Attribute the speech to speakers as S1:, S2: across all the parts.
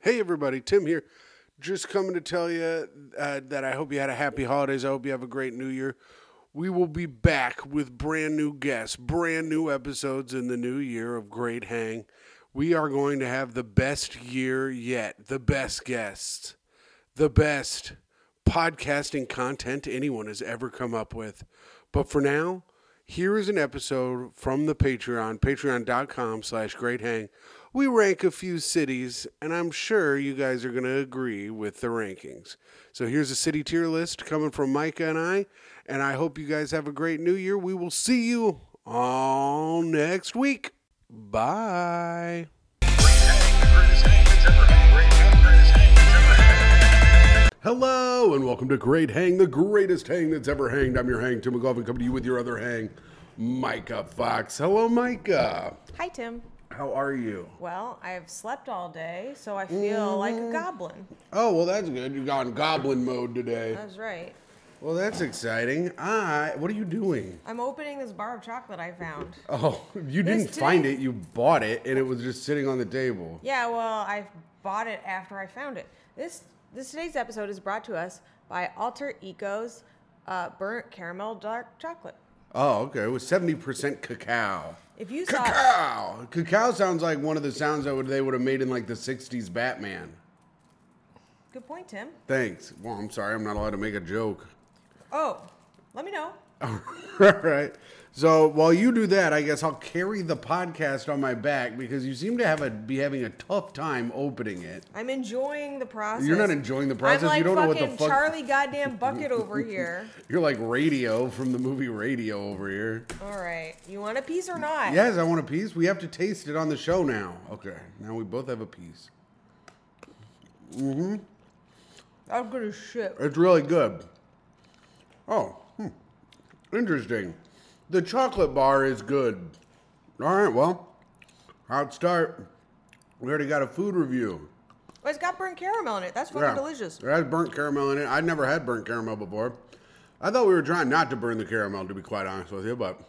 S1: Hey, everybody, Tim here. Just coming to tell you uh, that I hope you had a happy holidays. I hope you have a great new year. We will be back with brand new guests, brand new episodes in the new year of Great Hang. We are going to have the best year yet, the best guests, the best podcasting content anyone has ever come up with. But for now, here is an episode from the Patreon, patreon.com slash great hang. We rank a few cities, and I'm sure you guys are going to agree with the rankings. So here's a city tier list coming from Micah and I, and I hope you guys have a great new year. We will see you all next week. Bye. Hello and welcome to Great Hang, the greatest hang that's ever hanged. I'm your hang, Tim McGoffin, coming to you with your other hang, Micah Fox. Hello, Micah.
S2: Hi, Tim.
S1: How are you?
S2: Well, I've slept all day, so I feel like
S1: Mm-hmm.
S2: a goblin.
S1: Oh, well, that's good. You've gone goblin mode today.
S2: That's right.
S1: Well, that's exciting. I. What are you doing?
S2: I'm opening this bar of chocolate I found.
S1: Oh, you didn't
S2: today-
S1: find it. You bought it, and it was just sitting on the table.
S2: Yeah, well, I bought it after I found it. This this today's episode is brought to us by Alter Eco's uh, burnt caramel dark chocolate.
S1: Oh, okay. It was seventy percent cacao.
S2: If you saw
S1: Cacao. Cacao sounds like one of the sounds that would, they would have made in like the '60s Batman.
S2: good point, Tim.
S1: Thanks. Well, I'm sorry. I'm not allowed to make a joke.
S2: Oh, let me know.
S1: All right. So while you do that, I guess I'll carry the podcast on my back because you seem to have a be having a tough time opening it.
S2: I'm enjoying the process.
S1: You're not enjoying the process.
S2: I'm like
S1: you don't know what
S2: fucking
S1: the fuck.
S2: Charlie goddamn bucket over here.
S1: You're like radio from the movie Radio over here.
S2: All right, you want a piece or not?
S1: Yes, I want a piece. We have to taste it on the show now. Okay, now we both have a piece.
S2: I'm gonna shit.
S1: It's really good. Oh, hmm. interesting. The chocolate bar is good. All right, well, hot start. We already got a food review.
S2: Well, it's got burnt caramel in it. That's fucking
S1: Yeah.
S2: delicious.
S1: It has burnt caramel in it. I'd never had burnt caramel before. I thought we were trying not to burn the caramel, to be quite honest with you, but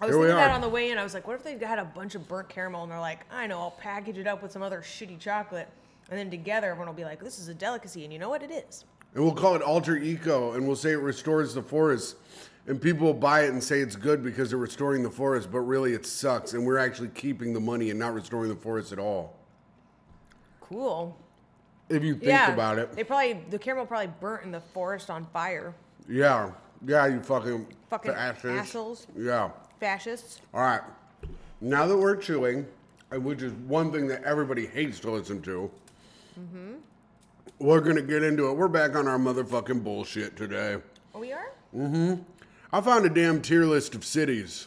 S2: I was
S1: Here we
S2: thinking that
S1: are.
S2: on the way in. I was like, what if they had a bunch of burnt caramel and they're like, I know, I'll package it up with some other shitty chocolate. And then together, everyone will be like, this is a delicacy. And you know what it is?
S1: and we'll call it alter eco and we'll say it restores the forest and people will buy it and say it's good because they're restoring the forest but really it sucks and we're actually keeping the money and not restoring the forest at all
S2: Cool.
S1: if you think
S2: yeah.
S1: about it
S2: They probably, the caramel probably burnt in the forest on fire.
S1: yeah yeah you fucking
S2: Fucking
S1: fascists.
S2: assholes.
S1: yeah
S2: Fascists.
S1: all right now that we're chewing and which is one thing that everybody hates to listen to
S2: Mm-hmm.
S1: we're gonna get into it we're back on our motherfucking bullshit today
S2: Oh, we are?
S1: I found a damn tier list of cities,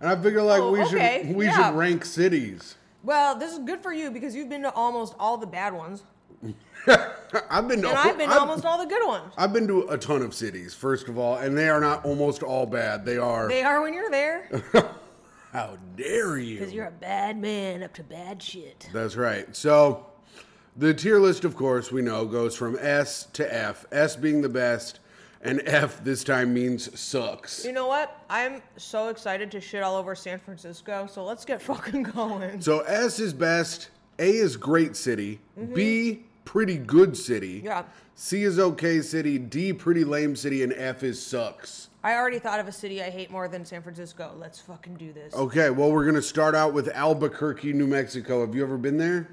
S1: and I figure like
S2: Oh,
S1: we
S2: okay,
S1: should we
S2: yeah.
S1: should rank cities.
S2: Well, this is good for you because you've been to almost all the bad ones.
S1: I've been to
S2: And I've been to almost all the good ones.
S1: I've been to a ton of cities. First of all, and they are not almost all bad. They are.
S2: They are when you're there.
S1: how dare
S2: Because
S1: you?
S2: you're a bad man up to bad shit.
S1: That's right. So, the tier list, of course, we know goes from S to F. S being the best, and F this time means sucks.
S2: You know what? I'm so excited to shit all over San Francisco, so let's get fucking going.
S1: So S is best. A is great city. B pretty good city.
S2: Mm-hmm. Yeah.
S1: C is okay city. D pretty lame city, and F is sucks.
S2: I already thought of a city I hate more than San Francisco. Let's fucking do this.
S1: Okay, well we're gonna start out with Albuquerque, New Mexico. Have you ever been there?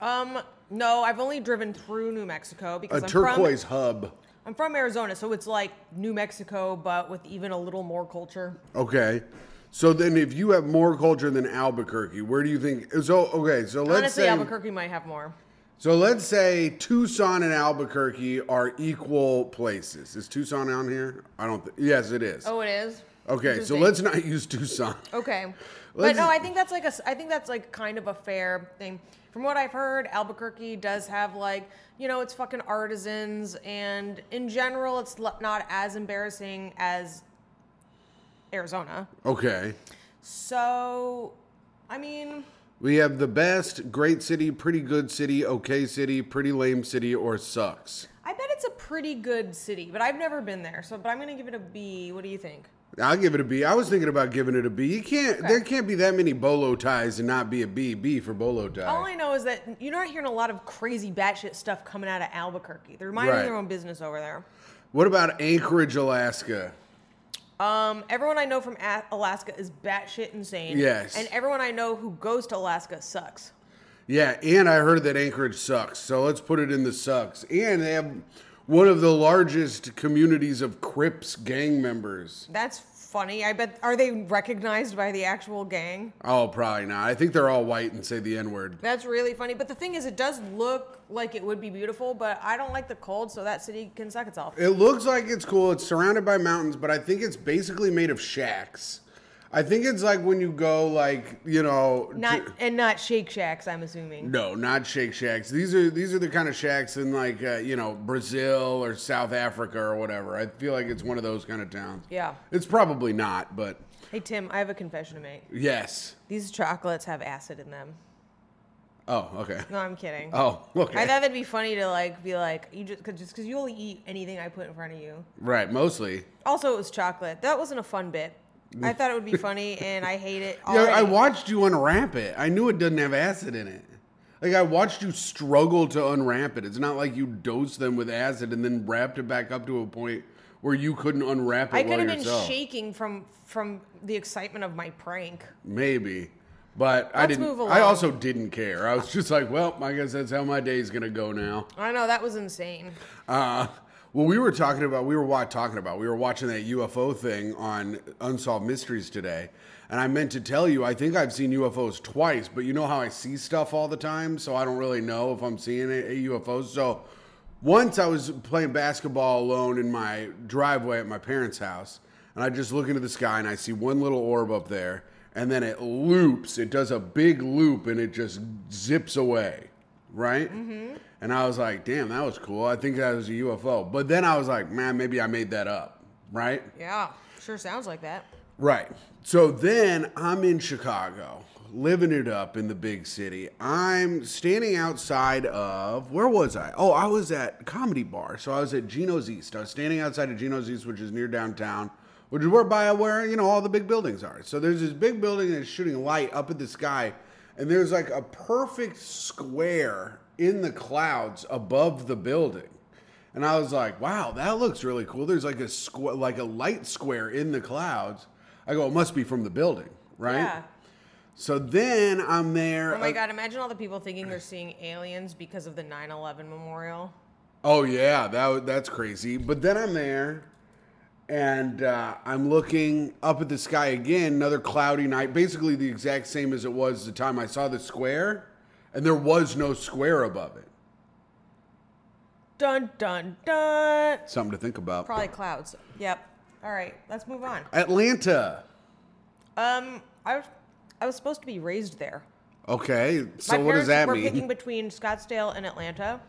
S2: Um, no, I've only driven through New Mexico
S1: A
S2: because I'm from
S1: turquoise hub.
S2: I'm from Arizona, so it's like New Mexico but with even a little more culture.
S1: Okay. So then, if you have more culture than Albuquerque, where do you think? So okay, so let's
S2: Honestly,
S1: say
S2: Albuquerque might have more.
S1: so let's say Tucson and Albuquerque are equal places. Is Tucson on here? I don't. Th- yes, it is.
S2: Oh, it is.
S1: okay, so
S2: Interesting.
S1: let's not use Tucson.
S2: Okay.
S1: Let's-
S2: But no, I think that's like a s- I think that's like kind of a fair thing. From what I've heard, Albuquerque does have like, you know, it's fucking artisans and in general it's l- not as embarrassing as Arizona.
S1: Okay.
S2: So, I mean,
S1: We have the best, great city, pretty good city, okay city, pretty lame city, or sucks.
S2: I bet it's a pretty good city, but I've never been there. So, but I'm going to give it a B. What do you think?
S1: I'll give it a B. I was thinking about giving it a B. You can't. There can't be that many bolo ties and not be a B. B for bolo tie.
S2: All I know is that you're not hearing a lot of crazy batshit stuff coming out of Albuquerque. They're minding
S1: Right.
S2: their own business over there.
S1: What about Anchorage, Alaska?
S2: Um, everyone I know from A- Alaska is batshit insane.
S1: Yes.
S2: And everyone I know who goes to Alaska sucks.
S1: Yeah, and I heard that Anchorage sucks, so let's put it in the sucks. And they have one of the largest communities of Crips gang members.
S2: That's funny. I bet are they recognized by the actual gang?
S1: Oh, probably not. I think they're all white and say the N word.
S2: That's really funny. But the thing is, it does look like it would be beautiful, but I don't like the cold, so that city can suck itself.
S1: It looks like it's cool. It's surrounded by mountains, but I think it's basically made of shacks. I think it's like when you go, like you know, to-
S2: Not and not Shake Shacks, I'm assuming.
S1: No, not Shake Shacks. These are these are the kind of shacks in like uh, you know Brazil or South Africa or whatever. I feel like it's one of those kind of towns.
S2: Yeah.
S1: it's probably not, but
S2: Hey Tim, I have a confession to make.
S1: yes.
S2: These chocolates have acid in them.
S1: Oh, okay.
S2: No, I'm kidding.
S1: Oh, okay.
S2: I thought that'd be funny to like be like you just cause just cause you only eat anything I put in front of you.
S1: right, mostly.
S2: Also, it was chocolate. That wasn't a fun bit. I thought it would be funny, and I hate it.
S1: Yeah, I
S2: already.
S1: watched you unwrap it. I knew it doesn't have acid in it. Like I watched you struggle to unwrap it. It's not like you dosed them with acid and then wrapped it back up to a point where you couldn't unwrap it.
S2: I could
S1: well
S2: have been
S1: yourself.
S2: shaking from from the excitement of my prank.
S1: Maybe. But I
S2: Let's
S1: didn't.
S2: move
S1: I
S2: along.
S1: also didn't care. I was just like, well, I guess that's how my day's gonna go now.
S2: I know that was insane.
S1: Uh, well, we were talking about we were wa- talking about we were watching that UFO thing on Unsolved Mysteries today, and I meant to tell you I think I've seen UFOs twice, but you know how I see stuff all the time, so I don't really know if I'm seeing a, a UFO. So once I was playing basketball alone in my driveway at my parents' house, and I just look into the sky and I see one little orb up there, and then it loops. It does a big loop and it just zips away right? And I was like, damn, that was cool. I think that was a UFO. But then I was like, man, maybe I made that up, right?
S2: Yeah, sure sounds like that.
S1: Right. So then I'm in Chicago, living it up in the big city. I'm standing outside of where was I? Oh, I was at Comedy Bar. So I was at Geno's East. I was standing outside of Geno's East, which is near downtown, which is where by where, you know, all the big buildings are. So there's this big building that's shooting light up at the sky, and there's like a perfect square in the clouds above the building. And I was like, wow, that looks really cool. There's like a squ- like a light square in the clouds. I go, it must be from the building, right?
S2: Yeah.
S1: So then I'm there.
S2: Oh my
S1: uh,
S2: god! Imagine all the people thinking they're seeing aliens because of the 9/11 memorial.
S1: Oh yeah, that wa- that's crazy. But then I'm there, and uh, I'm looking up at the sky again. Another cloudy night, basically the exact same as it was the time I saw the square, and there was no square above it.
S2: Dun dun dun.
S1: Something to think about.
S2: Probably clouds. Yep. All right, let's move on.
S1: Atlanta.
S2: Um, I was I was supposed to be raised there.
S1: Okay,
S2: My
S1: so what does
S2: parents
S1: that
S2: were
S1: mean?
S2: picking between Scottsdale and Atlanta.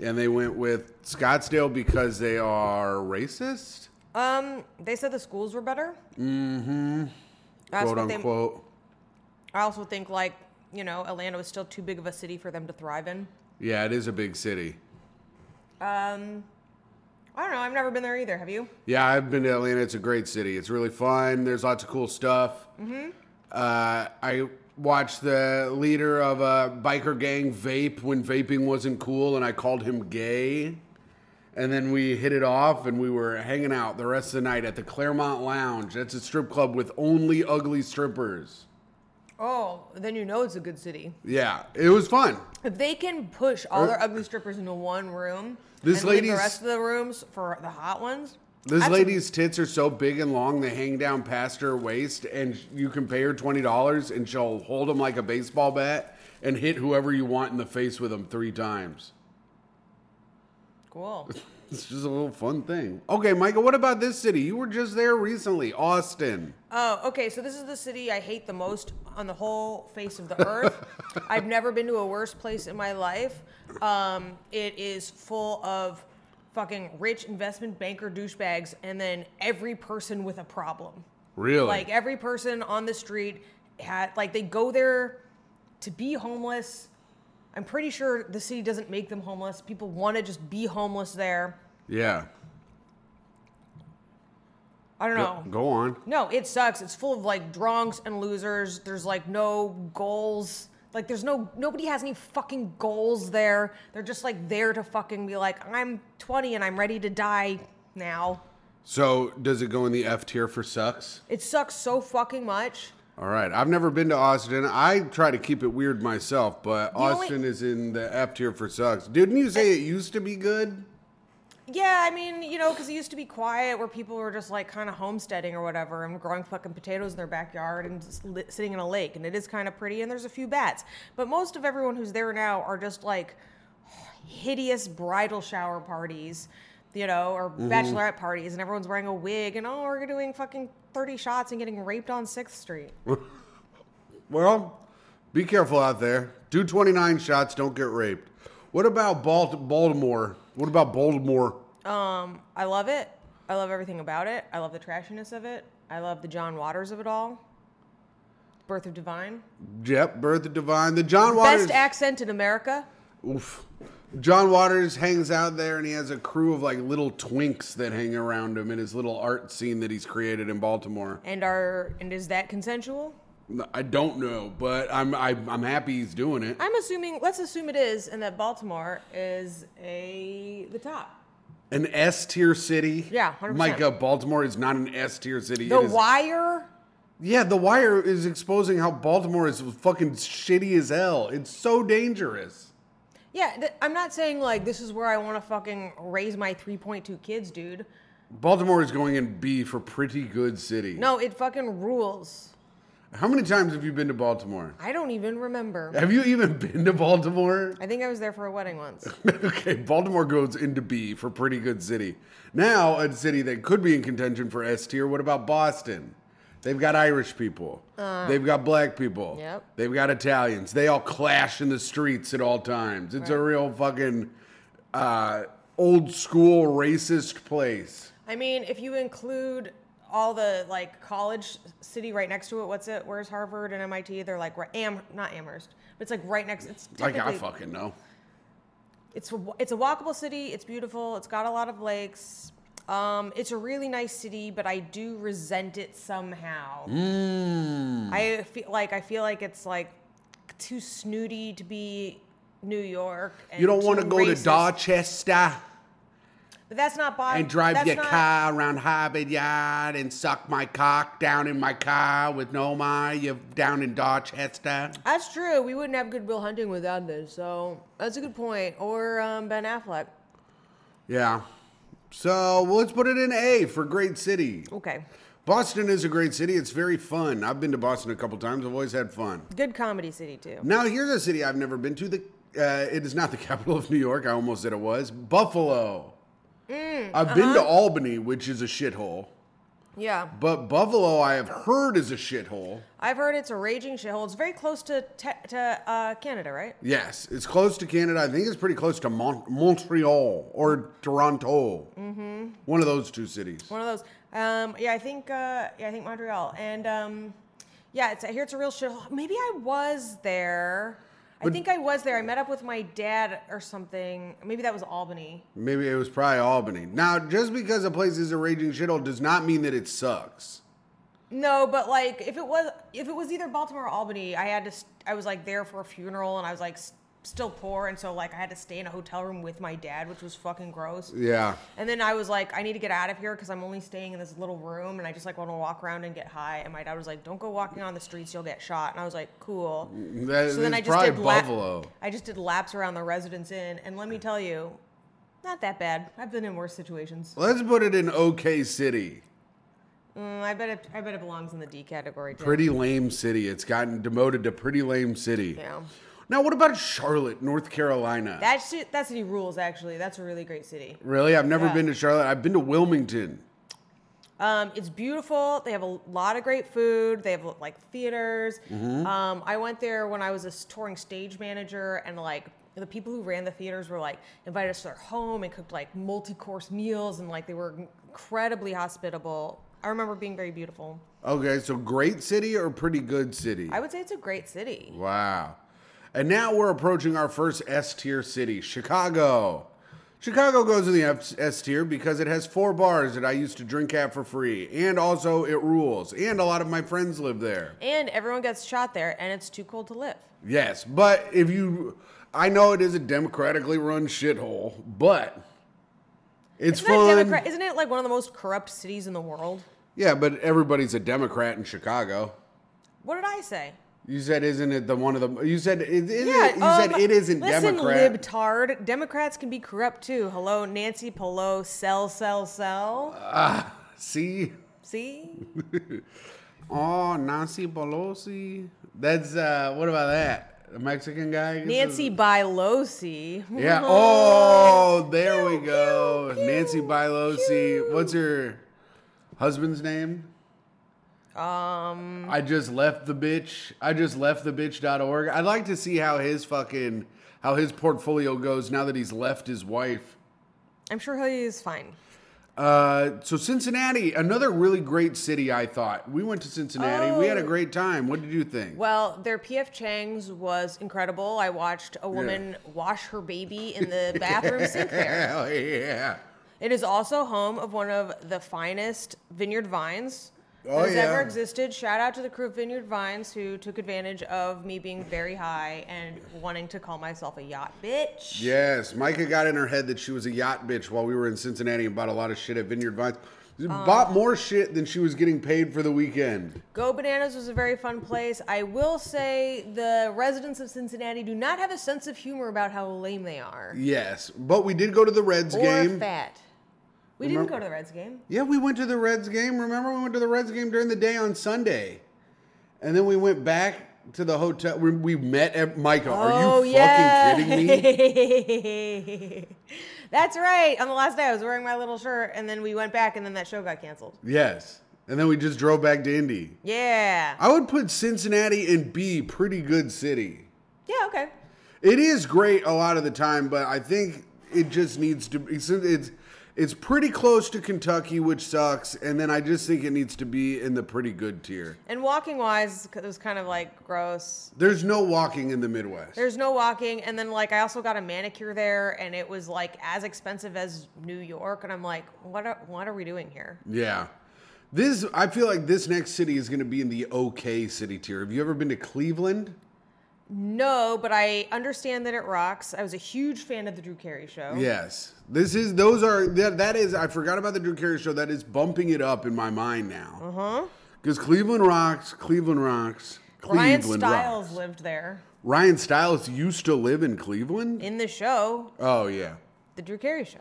S1: And they went with Scottsdale because they are racist,
S2: Um, they said the schools were better. Mm-hmm. That's
S1: quote
S2: what they.
S1: unquote.
S2: I also think like you know Atlanta was still too big of a city for them to thrive in.
S1: Yeah, it is a big city.
S2: Um, I don't know. I've never been there either. Have you?
S1: Yeah, I've been to Atlanta. It's a great city. It's really fun. There's lots of cool stuff. Mm-hmm. Uh, I watched the leader of a biker gang vape when vaping wasn't cool, and I called him gay. And then we hit it off, and we were hanging out the rest of the night at the Claremont Lounge. That's a strip club with only ugly strippers.
S2: Oh, then you know it's a good city.
S1: Yeah, it was fun.
S2: If they can push all their ugly strippers into one room,
S1: Er This
S2: and leave the
S1: lady's-
S2: rest of the rooms for the hot ones.
S1: This
S2: that's a-
S1: lady's tits are so big and long they hang down past her waist, and you can pay her twenty dollars, and she'll hold them like a baseball bat and hit whoever you want in the face with them three times.
S2: cool.
S1: It's just a little fun thing. Okay, Michael, what about this city? You were just there recently, Austin.
S2: Oh, okay. So this is the city I hate the most on the whole face of the earth. I've never been to a worse place in my life. Um, it is full of fucking rich investment banker douchebags, and then every person with a problem.
S1: Really?
S2: Like every person on the street had like they go there to be homeless. I'm pretty sure the city doesn't make them homeless. People want to just be homeless there.
S1: yeah.
S2: I don't know.
S1: Go, go on.
S2: No, it sucks. It's full of like drunks and losers. There's like no goals. Like there's no nobody has any fucking goals there. They're just like there to fucking be like, I'm 20 and I'm ready to die now.
S1: So does it go in the F tier for sucks?
S2: It sucks so fucking much.
S1: All right. I've never been to Austin. I try to keep it weird myself, but
S2: only-
S1: Austin is in the F tier for sucks. Didn't you say it used to be good?
S2: Yeah, I mean, you know, because it used to be quiet where people were just like kind of homesteading or whatever and growing fucking potatoes in their backyard and just li- sitting in a lake. And it is kind of pretty and there's a few bats. But most of everyone who's there now are just like hideous bridal shower parties, you know, or bachelorette parties. And everyone's wearing a wig and oh, we're doing fucking 30 shots and getting raped on 6th Street.
S1: Well, be careful out there. Do 29 shots, don't get raped. What about Balt- Baltimore? What about Baltimore?
S2: Um, I love it. I love everything about it. I love the trashiness of it. I love the John Waters of it all. Birth of Divine.
S1: Yep, Birth of Divine. The John Waters.
S2: Best accent in America.
S1: Oof. John Waters hangs out there and he has a crew of like little twinks that hang around him in his little art scene that he's created in Baltimore.
S2: And are and is that consensual?
S1: I don't know, but I'm I, I'm happy he's doing it.
S2: I'm assuming. Let's assume it is, and that Baltimore is a the top.
S1: An S tier city.
S2: Yeah, 100%.
S1: Micah, Baltimore is not an S tier city.
S2: The
S1: It is-
S2: Wire.
S1: Yeah, The Wire is exposing how Baltimore is fucking shitty as hell. It's so dangerous.
S2: Yeah, th- I'm not saying like this is where I want to fucking raise my 3.2 kids, dude.
S1: Baltimore is going in B for pretty good city.
S2: No, it fucking rules.
S1: How many times have you been to Baltimore?
S2: I don't even remember.
S1: Have you even been to Baltimore?
S2: I think I was there for a wedding once.
S1: okay, Baltimore goes into B for pretty good city. Now, a city that could be in contention for S tier. What about Boston? They've got Irish people. They've got black people.
S2: Uh. Yep.
S1: They've got Italians. They all clash in the streets at all times. It's a real fucking uh, old school racist place.
S2: I mean, if you include all the like college city right next to it, what's it? Where's Harvard and MIT? They're like right, Am not Amherst, but it's like right next. It's
S1: Like, I
S2: technically-
S1: fucking know.
S2: It's a, it's a walkable city. It's beautiful. It's got a lot of lakes. Um, it's a really nice city, but I do resent it somehow.
S1: Mm.
S2: I feel like I feel like it's like too snooty to be New York. And
S1: You don't want to
S2: too
S1: go to
S2: racist.
S1: Dorchester
S2: But that's not by
S1: and drive
S2: that's
S1: your
S2: not-
S1: car around Harvard Yard and suck my cock down in my car with no my. You're down in Dorchester.
S2: That's true. We wouldn't have Goodwill Hunting without this. So that's a good point. Or um, Ben Affleck.
S1: Yeah. So well, let's put it in A for great city.
S2: Okay.
S1: Boston is a great city. It's very fun. I've been to Boston a couple times. I've always had fun.
S2: Good comedy city too.
S1: Now here's a city I've never been to. The uh, it is not the capital of New York. I almost said it was Buffalo. I've been to Albany, which is a shithole,
S2: Yeah.
S1: but Buffalo I have heard is a shithole.
S2: I've heard it's a raging shithole. It's very close to te- to uh, Canada, right?
S1: Yes, it's close to Canada. I think it's pretty close to Mon- Montreal or Toronto. Mm-hmm. One of those two cities.
S2: One of those. Um, yeah, I think. Uh, yeah, I think Montreal. And um, yeah, it's, I hear it's a real shithole. Maybe I was there. I think I was there. I met up with my dad or something. Maybe that was Albany.
S1: Maybe it was probably Albany. Now, just because a place is a raging shithole does not mean that it sucks.
S2: No, but like if it was if it was either Baltimore or Albany, I had to st- I was like there for a funeral and I was like s still poor and so like I had to stay in a hotel room with my dad, which was fucking gross.
S1: Yeah.
S2: And then I was like I need to get out of here cuz I'm only staying in this little room and I just like want to walk around and get high and my dad was like don't go walking on the streets, you'll get shot. And I was like cool.
S1: That,
S2: So then I
S1: it's
S2: just
S1: probably
S2: did la-
S1: Buffalo.
S2: I just did laps around the residence inn and let me tell you not that bad. I've been in worse situations.
S1: Let's put it in OK City.
S2: Mm, I bet it, I bet it belongs in the D category too.
S1: Pretty lame city. It's gotten demoted to pretty lame city.
S2: Yeah.
S1: Now, what about Charlotte, North Carolina?
S2: That shit, that city rules. Actually, that's a really great city.
S1: really? I've never
S2: Yeah.
S1: been to Charlotte. I've been to Wilmington.
S2: Um, it's beautiful. They have a lot of great food. They have like theaters.
S1: Mm-hmm.
S2: Um, I went there when I was a s- touring stage manager, and like the people who ran the theaters were like invited us to their home and cooked like multi-course meals, and like they were incredibly hospitable. I remember being very beautiful.
S1: Okay, so great city or pretty good city?
S2: I would say it's a great city.
S1: Wow. And now we're approaching our first S tier city, Chicago. Chicago goes in the F- S tier because it has four bars that I used to drink at for free, and also it rules, and a lot of my friends live there.
S2: And everyone gets shot there, and it's too cold to live.
S1: Yes, but if you, I know it is a democratically run shithole, but it's
S2: Isn't, that
S1: fun.
S2: Democrat, isn't it like one of the most corrupt cities in the world?
S1: yeah, but everybody's a Democrat in Chicago.
S2: What did I say?
S1: You said, isn't it the one of the? You said, is, isn't it, you said
S2: um,
S1: it isn't
S2: listen,
S1: Democrat.
S2: libtard. Democrats can be corrupt too. Hello, Nancy Pelosi. Sell, sell, sell.
S1: Uh, See,
S2: See?
S1: oh Nancy Pelosi. That's uh, what about that? A Mexican guy.
S2: Nancy Pelosi.
S1: Yeah. Oh, there we
S2: Pew,
S1: go.
S2: pew,
S1: Nancy
S2: pew,
S1: Pelosi.
S2: pew.
S1: What's her husband's name?
S2: Um.
S1: I just left the bitch. I just left the bitch.org. I'd like to see how his fucking how his portfolio goes now that he's left his wife.
S2: I'm sure he is fine.
S1: Uh, so Cincinnati, another really great city. I thought we went to Cincinnati. We had a
S2: Oh.
S1: great time. What did you think?
S2: Well, their PF Chang's was incredible. I watched a woman wash her baby in the bathroom sink there.
S1: Hell yeah!
S2: It is also home of one of the finest vineyard vines that
S1: Oh,
S2: has ever
S1: yeah.
S2: existed. Shout out to the crew of Vineyard Vines who took advantage of me being very high and wanting to call myself a yacht bitch.
S1: Yes, Micah got in her head that she was a yacht bitch while we were in Cincinnati and bought a lot of shit at Vineyard Vines.
S2: Oh.
S1: bought more shit than she was getting paid for the weekend.
S2: Go Bananas was a very fun place. I will say the residents of Cincinnati do not have a sense of humor about how lame they are
S1: Yes, but we did go to the Reds
S2: or
S1: game.
S2: fat. We didn't
S1: Remember-
S2: go to the Reds game.
S1: Yeah, we went to the Reds game. Remember, we went to the Reds game during the day on Sunday, and then we went back to the hotel. We, we met at Micah. Are
S2: Oh,
S1: you fucking kidding me?
S2: me? That's right. On the last day, I was wearing my little shirt, and then we went back, and then that show got canceled.
S1: Yes. And then we just drove back to Indy.
S2: Yeah.
S1: I would put Cincinnati and B pretty good city.
S2: yeah. Okay.
S1: It is great a lot of the time, but I think it just needs to it's it's, it's pretty close to Kentucky, which sucks, and then I just think it needs to be in the pretty good tier.
S2: And walking wise, it was kind of like gross.
S1: There's no walking in the Midwest.
S2: There's no walking, and then like I also got a manicure there, and it was like as expensive as New York, and I'm like, what are what are we doing here?
S1: yeah. This I feel like this next city is going to be in the okay city tier. Have you ever been to Cleveland?
S2: No, but I understand that it rocks. I was a huge fan of the Drew Carey show.
S1: Yes. This is those are that, that is I forgot about the Drew Carey show that is bumping it up in my mind now. Uh-huh. Cuz Cleveland rocks, Cleveland rocks.
S2: Ryan
S1: Cleveland
S2: Stiles
S1: rocks.
S2: lived there
S1: Ryan Stiles used to live in Cleveland?
S2: in the show,
S1: oh yeah.
S2: the Drew Carey show.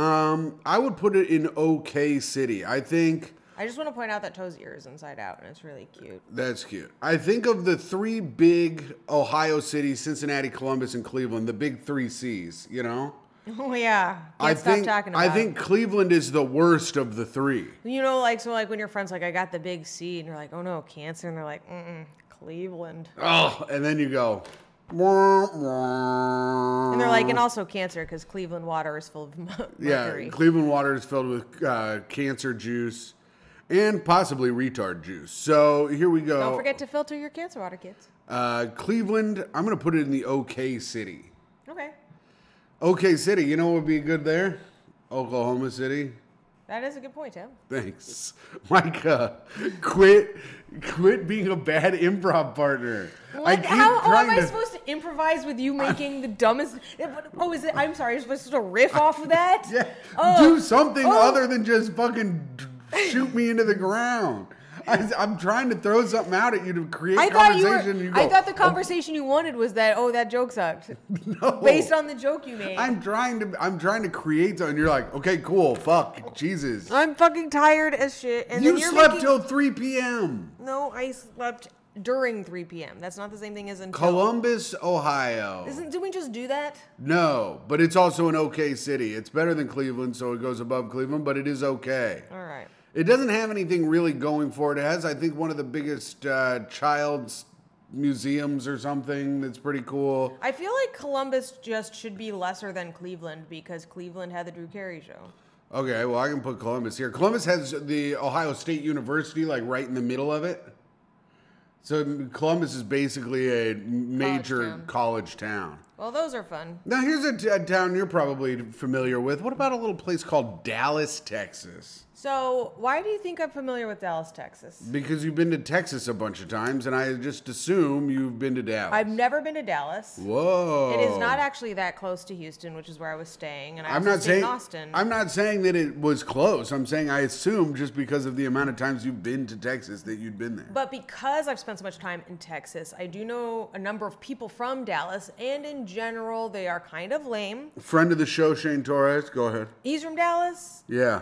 S1: Um I would put it in okay city. I think
S2: I just want to point out that Toe's ear is inside out, and it's really cute.
S1: that's cute. I think of the three big Ohio cities, Cincinnati, Columbus and Cleveland, the big 3 Cs, you know?
S2: Oh yeah, can't
S1: I
S2: stop
S1: think
S2: talking about.
S1: I think Cleveland is the worst of the 3.
S2: it. you know, like so, like when your friends like, I got the big C, and you're like, oh no, cancer, and they're like, mm, Cleveland,
S1: Oh, and then you go. And
S2: and they're like, and also cancer because Cleveland water is full of mer- mercury.
S1: Uh. yeah, Cleveland water is filled with uh, cancer juice and possibly retard juice. So here we go.
S2: Don't forget to filter your cancer water, kids.
S1: uh, Cleveland. I'm gonna put it in the OK City.
S2: Okay,
S1: OK City. You know what would be good there? Oklahoma City.
S2: that is a good point, Tim.
S1: Thanks, Micah. Quit, quit being a bad improv partner.
S2: What, how, how am I supposed to improvise with you making the dumbest? Oh, is it? I'm sorry. You're supposed to riff off of that?
S1: Yeah.
S2: Oh,
S1: do something
S2: oh.
S1: other than just fucking d- shoot me into the ground. I, I'm trying to throw something out at you to create
S2: I thought you
S1: conversation.
S2: were.
S1: and you
S2: I
S1: go, Oh.
S2: thought the conversation you wanted was that. Oh, that joke sucked.
S1: "No."
S2: Based on the joke you made.
S1: I'm trying to. I'm trying to create. something. You're like, okay, cool. Fuck, Jesus.
S2: I'm fucking tired as shit. And
S1: you
S2: then you're
S1: slept
S2: making-
S1: till 3 p.m.
S2: No, I slept during 3 p.m. That's not the same thing as until.
S1: Columbus, Ohio.
S2: Isn't? Did we just do that?
S1: No, but it's also an okay city. It's better than Cleveland, so it goes above Cleveland, but it is okay.
S2: All right.
S1: It doesn't have anything really going for it. It has, I think, one of the biggest uh, child's museums or something that's pretty cool.
S2: I feel like Columbus just should be lesser than Cleveland because Cleveland had the Drew Carey show.
S1: Okay, well, I can put Columbus here. Columbus has the Ohio State University, like, right in the middle of it. So Columbus is basically a major
S2: town.
S1: college town.
S2: Well, those are fun.
S1: Now, here's a, t- a town you're probably familiar with. What about a little place called Dallas, Texas?
S2: So, why do you think I'm familiar with Dallas, Texas?
S1: Because you've been to Texas a bunch of times, and I just assume you've been to Dallas.
S2: I've never been to Dallas.
S1: Whoa!
S2: It is not actually that close to Houston, which is where I was staying, and I
S1: I'm
S2: was
S1: not
S2: staying
S1: saying
S2: in Austin.
S1: I'm not saying that it was close. I'm saying I assume just because of the amount of times you've been to Texas that you'd been there.
S2: But because I've spent so much time in Texas, I do know a number of people from Dallas, and in general, they are kind of lame.
S1: Friend of the show, Shane Torres. Go ahead.
S2: He's from Dallas.
S1: Yeah.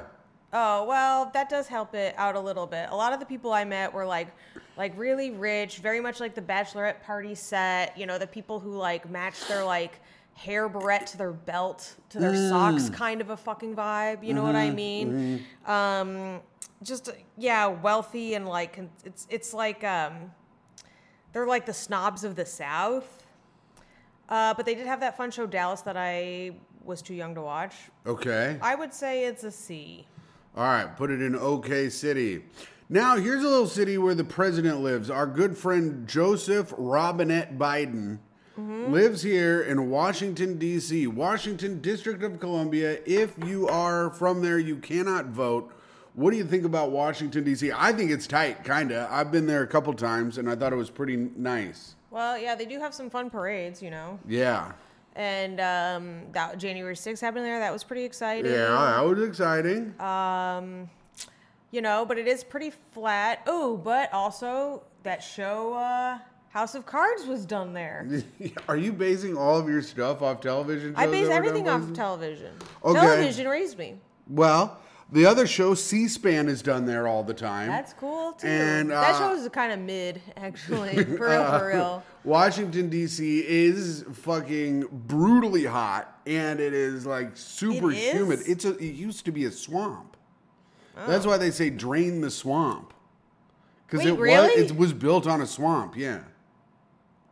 S2: Oh well, that does help it out a little bit. A lot of the people I met were like, like really rich, very much like the bachelorette party set. You know, the people who like match their like hair barrette to their belt to their socks, kind of a fucking vibe. You know what I mean? Um, just yeah, wealthy and like con- it's it's like um, they're like the snobs of the South. Uh, but they did have that fun show Dallas that I was too young to watch.
S1: Okay.
S2: I would say it's a C.
S1: All right. Put it in OK City. Now here's a little city where the president lives. Our good friend Joseph Robinette Biden
S2: Mm-hmm.
S1: lives here in Washington D.C., Washington District of Columbia. If you are from there, you cannot vote. What do you think about Washington D.C.? I think it's tight, kinda. I've been there a couple times, and I thought it was pretty nice.
S2: Well, yeah, they do have some fun parades, you know.
S1: Yeah,
S2: And um, that January 6th happened there. That was pretty exciting.
S1: yeah, that was exciting.
S2: Uh, You know, but it is pretty flat. Oh, but also that show uh, House of Cards was done there.
S1: Are you basing all of your stuff off television?
S2: I
S1: shows
S2: base
S1: that were
S2: everything
S1: done
S2: off of television.
S1: Okay.
S2: Television raised me.
S1: Well, the other show, C-SPAN, is done there all the time.
S2: That's cool too.
S1: And,
S2: that
S1: uh,
S2: show was kind of mid, actually. For real, for real.
S1: Washington D.C. is fucking brutally hot, and it is like super
S2: It is? Oh.
S1: humid. It's a, it used to be a swamp. That's why they say drain the swamp, because
S2: Wait,
S1: it
S2: really?
S1: was it was built on a swamp. Yeah.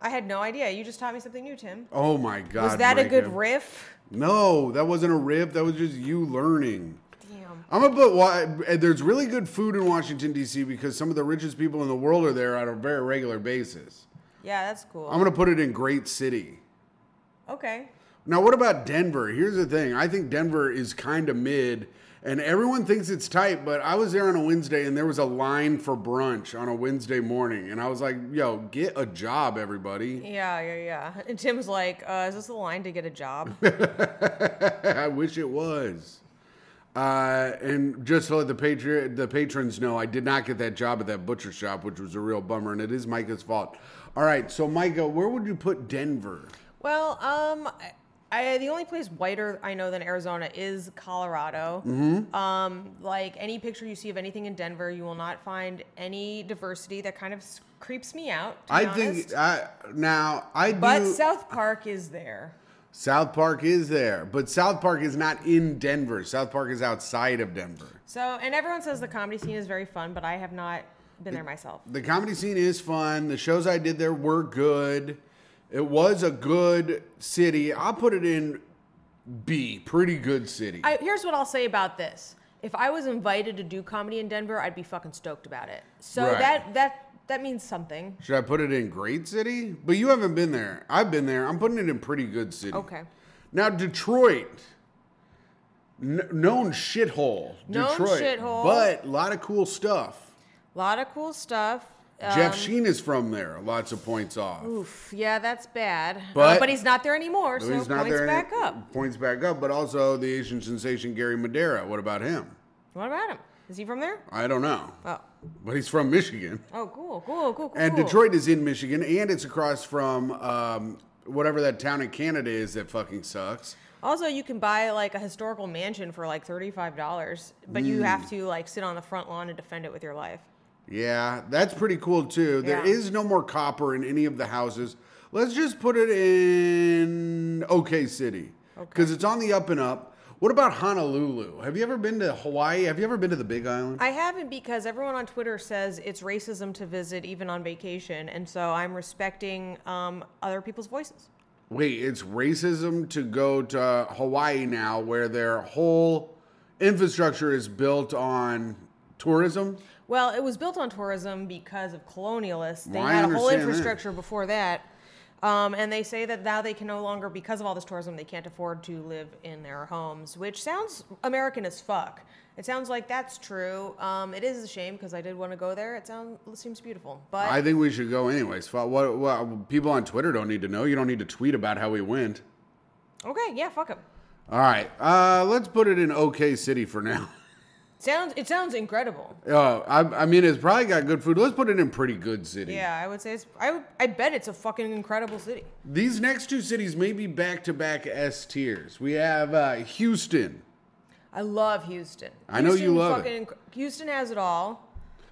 S2: I had no idea. You just taught me something new, Tim.
S1: Oh my God.
S2: Was that a good
S1: Micah.
S2: riff?
S1: No, that wasn't a rip. That was just you learning.
S2: Damn.
S1: I'm gonna put why and there's really good food in Washington D.C. because some of the richest people in the world are there on a very regular basis.
S2: Yeah, that's cool.
S1: I'm gonna put it in great city.
S2: okay.
S1: Now, what about Denver? Here's the thing. I think Denver is kind of mid, and everyone thinks it's tight, but I was there on a Wednesday and there was a line for brunch on a Wednesday morning. And I was like, yo, get a job, everybody.
S2: Yeah, yeah, yeah. And Tim's like, uh, is this the line to get a job?
S1: I wish it was. Uh, and just to let the patri- the patrons know, I did not get that job at that butcher shop, which was a real bummer, and it is Micah's fault. All right, so Micah, where would you put Denver?
S2: Well, um, I- I, the only place whiter I know than Arizona is Colorado.
S1: Mm-hmm.
S2: Um, like any picture you see of anything in Denver, you will not find any diversity. That kind of s- creeps me out. To
S1: I
S2: be honest.
S1: think I, now I
S2: but
S1: do.
S2: South Park is there.
S1: South Park is there, but South Park is not in Denver. South Park is outside of Denver.
S2: So, and everyone says the comedy scene is very fun, but I have not been there myself.
S1: The comedy scene is fun. The shows I did there were good. It was a good city. I'll put it in B, pretty good city.
S2: I, here's what I'll say about this: If I was invited to do comedy in Denver, I'd be fucking stoked about it. So
S1: Right.
S2: that that that means something.
S1: Should I put it in great city? But you haven't been there. I've been there. I'm putting it in pretty good city.
S2: Okay.
S1: Now Detroit, Kn- known shithole.
S2: Known
S1: Detroit,
S2: shithole.
S1: But a lot of cool stuff.
S2: A lot of cool stuff. Uh, Um,
S1: Jeff Sheen is from there. Lots of points off.
S2: Oof, yeah, that's bad. Uh, But,
S1: But-
S2: he's not there anymore, so
S1: But he's not
S2: points
S1: there any-
S2: back up.
S1: Points back up. But also the Asian sensation Gary Madera. What about him?
S2: What about him? Is he from there?
S1: I don't know.
S2: Oh,
S1: But he's from Michigan.
S2: oh, cool, cool, cool, cool.
S1: And
S2: cool.
S1: Detroit is in Michigan, and it's across from um, whatever that town in Canada is that fucking sucks.
S2: Also, you can buy like a historical mansion for like thirty-five dollars, but you
S1: Mm.
S2: have to like sit on the front lawn and defend it with your life.
S1: Yeah, that's pretty cool too. There
S2: Yeah.
S1: is no more copper in any of the houses. Let's just put it in OK City because it's on the up and up. What about Honolulu? Have you ever been to Hawaii? Have you ever been to the Big Island?
S2: I haven't because everyone on Twitter says it's racism to visit even on vacation, and so I'm respecting um, other people's voices.
S1: Wait, it's racism to go to Hawaii now where their whole infrastructure is built on tourism?
S2: Well, it was built on tourism because of colonialists. They
S1: Well, I
S2: had a whole
S1: understand that.
S2: infrastructure before that. Um, and they say that now they can no longer, because of all this tourism, they can't afford to live in their homes, which sounds American as fuck. It sounds like that's true. Um, it is a shame because I did want to go there. It sounds it seems beautiful, but
S1: I think we should go anyways. Fuck, What, what, people on Twitter don't need to know. You don't need to tweet about how we went.
S2: okay, yeah, fuck 'em.
S1: All right, uh, let's put it in OK City for now.
S2: Sounds it sounds incredible.
S1: Uh, I, I mean, it's probably got good food. Let's put it in Pretty Good City.
S2: Yeah, I would say it's. I would, I bet it's a fucking incredible city.
S1: These next two cities may be back to back S tiers. We have uh, Houston.
S2: I love Houston.
S1: I know you
S2: Houston
S1: love it.
S2: fucking- Houston has it all.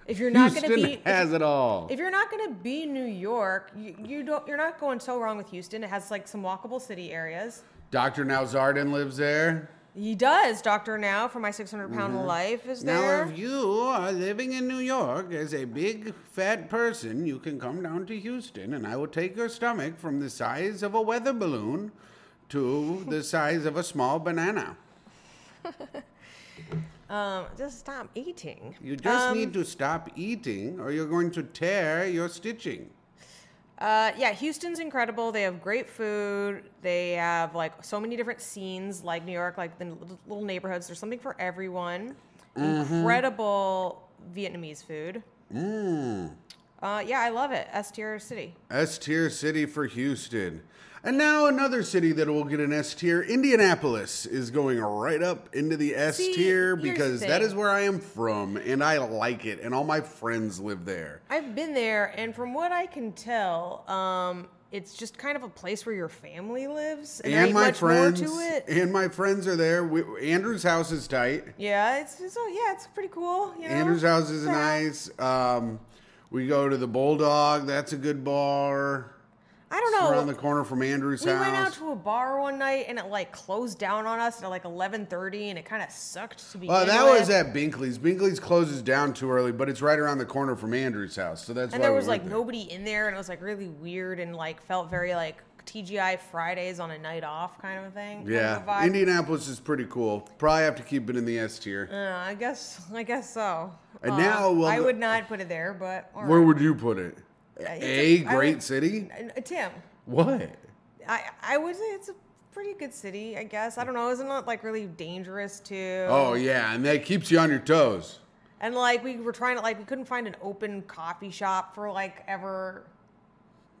S2: If you're not going to
S1: Houston
S2: be
S1: has it all.
S2: if you're not going to be New York, you, you don't you're not going so wrong with Houston. It has like some walkable city areas.
S1: Dr. Nowzardin lives there.
S2: He does, Doctor Now for my 600 pound life is there.
S1: Mm-hmm. Now, if you are living in New York as a big fat person, you can come down to Houston and I will take your stomach from the size of a weather balloon to the size of a small banana.
S2: um, just stop eating.
S1: You just
S2: Um,
S1: need to stop eating or you're going to tear your stitching.
S2: Uh, yeah, Houston's incredible. They have great food. They have like so many different scenes, like New York, like the little- little neighborhoods. There's something for everyone.
S1: Mm-hmm.
S2: Incredible Vietnamese food.
S1: Mmm.
S2: Uh, yeah, I love it. S tier city.
S1: S tier city for Houston. And now another city that will get an S tier. Indianapolis is going right up into the S
S2: See,
S1: tier
S2: here's the
S1: because that
S2: thing.
S1: is where I am from and I like it and all my friends live there.
S2: I've been there, and from what I can tell, um, it's just kind of a place where your family lives, and, there
S1: and
S2: ain't
S1: my
S2: much
S1: friends
S2: more to it.
S1: and my friends are there. We, Andrew's house is tight.
S2: Yeah, it's, it's oh yeah, it's pretty cool. You know?
S1: Andrew's house is
S2: Yeah.
S1: nice. Um, we go to the Bulldog. That's a good bar.
S2: I don't
S1: It's
S2: know.
S1: around the corner from Andrew's
S2: We
S1: house.
S2: went out to a bar one night and it like closed down on us at like 11:30 and it kind of sucked to begin
S1: Well, that
S2: with.
S1: was at Binkley's. Binkley's closes down too early, but it's right around the corner from Andrew's house, so that's
S2: and
S1: why
S2: there
S1: we
S2: was
S1: went
S2: like nobody in there and it was like really weird and like felt very like TGI Fridays on a night off kind of a thing. kind of a
S1: Yeah,
S2: vibe.
S1: Indianapolis is pretty cool. Probably have to keep it in the S tier.
S2: Uh, I guess I guess so.
S1: And
S2: Uh,
S1: now, well,
S2: I
S1: the-
S2: would not put it there, but all
S1: Where
S2: right.
S1: would you put it?
S2: it's
S1: A
S2: a- I
S1: great
S2: would-
S1: city.
S2: And, uh, Tim,
S1: What?
S2: I I would say it's a pretty good city, I guess. I don't know, isn't it like really dangerous too?
S1: Oh yeah, and that keeps you on your toes.
S2: And like we were trying to like we couldn't find an open coffee shop for like ever.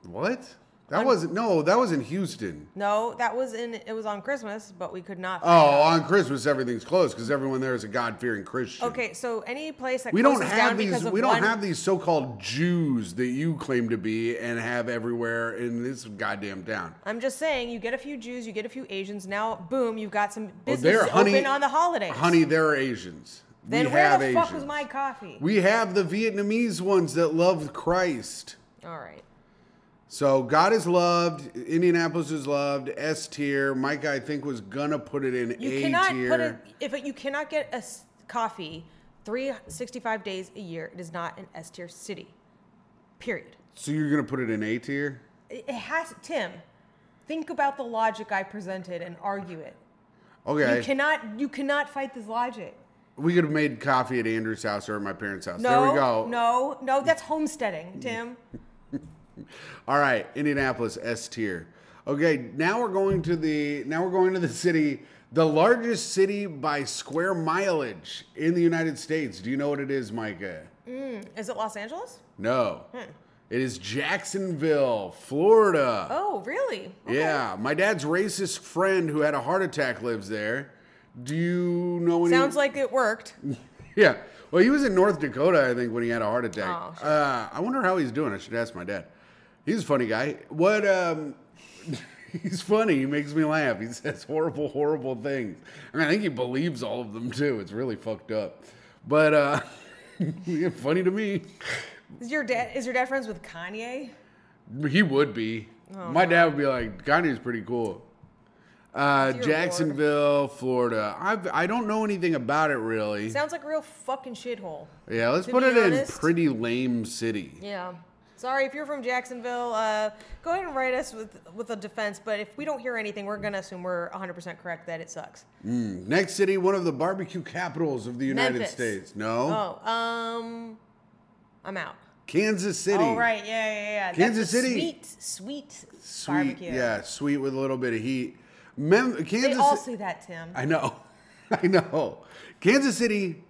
S1: What? That wasn't no. That was in Houston.
S2: No, that was in it was on Christmas, but we could not. find
S1: Oh, on Christmas everything's closed because everyone there is a God fearing Christian.
S2: Okay, so any place that
S1: We don't
S2: closes down
S1: have these.
S2: because of
S1: We don't
S2: one-
S1: have these so-called Jews that you claim to be and have everywhere in this goddamn town.
S2: I'm just saying, you get a few Jews, you get a few Asians. Now, boom, you've got some
S1: Oh,
S2: businesses
S1: honey-
S2: open on the holidays.
S1: Honey, they're Asians.
S2: then
S1: we
S2: where
S1: have
S2: the
S1: Asians.
S2: fuck was my coffee?
S1: We have the Vietnamese ones that love Christ.
S2: All right.
S1: So God is loved. Indianapolis is loved. S tier. Mike, I think, was gonna put it in
S2: You
S1: A
S2: cannot
S1: tier.
S2: put a if you cannot get a s- coffee 365 days a year. It is not an S tier city. Period.
S1: so you're gonna put it in A tier.
S2: It it has Tim. Think about the logic I presented and argue it.
S1: Okay.
S2: You cannot you cannot fight this logic.
S1: We could have made coffee at Andrew's house or at my parents' house.
S2: No,
S1: there we go.
S2: no, no. That's homesteading, Tim.
S1: All right, Indianapolis S tier. Okay, now we're going to the now we're going to the city, the largest city by square mileage in the United States. Do you know what it is, Micah?
S2: Is it Los Angeles?
S1: No.
S2: Hmm.
S1: It is Jacksonville, Florida.
S2: Oh, really? Okay.
S1: Yeah, my dad's racist friend who had a heart attack lives there. Do you know any?
S2: Sounds like it worked.
S1: Yeah. Well, he was in North Dakota, I think, when he had a heart attack.
S2: Oh, shit.
S1: uh, I wonder how he's doing. I should ask my dad. He's a funny guy. What? Um, he's funny. He makes me laugh. He says horrible, horrible things, and I think he believes all of them too. It's really fucked up, but uh, funny to me.
S2: Is your dad is your dad friends with Kanye?
S1: He would be.
S2: Oh,
S1: my dad would be like, Kanye's pretty cool. Uh,
S2: Dear
S1: Jacksonville, Florida. I've, I don't know anything about it really.
S2: Sounds like a real fucking shithole.
S1: yeah, let's
S2: to
S1: put
S2: be
S1: it in
S2: honest-
S1: pretty lame city.
S2: Yeah. Sorry, if you're from Jacksonville, uh, go ahead and write us with with a defense. But if we don't hear anything, we're gonna assume we're 100% correct that it sucks.
S1: Next city, one of the barbecue capitals of the United
S2: Memphis.
S1: States. No.
S2: Oh, um, Oh, I'm out.
S1: Kansas City.
S2: Oh right, yeah, yeah, yeah.
S1: Kansas
S2: a
S1: City.
S2: sweet, sweet,
S1: Sweet,
S2: barbecue.
S1: yeah, sweet with a little bit of heat. Mem- Kansas.
S2: They all say that, Tim.
S1: I know, I know. Kansas City,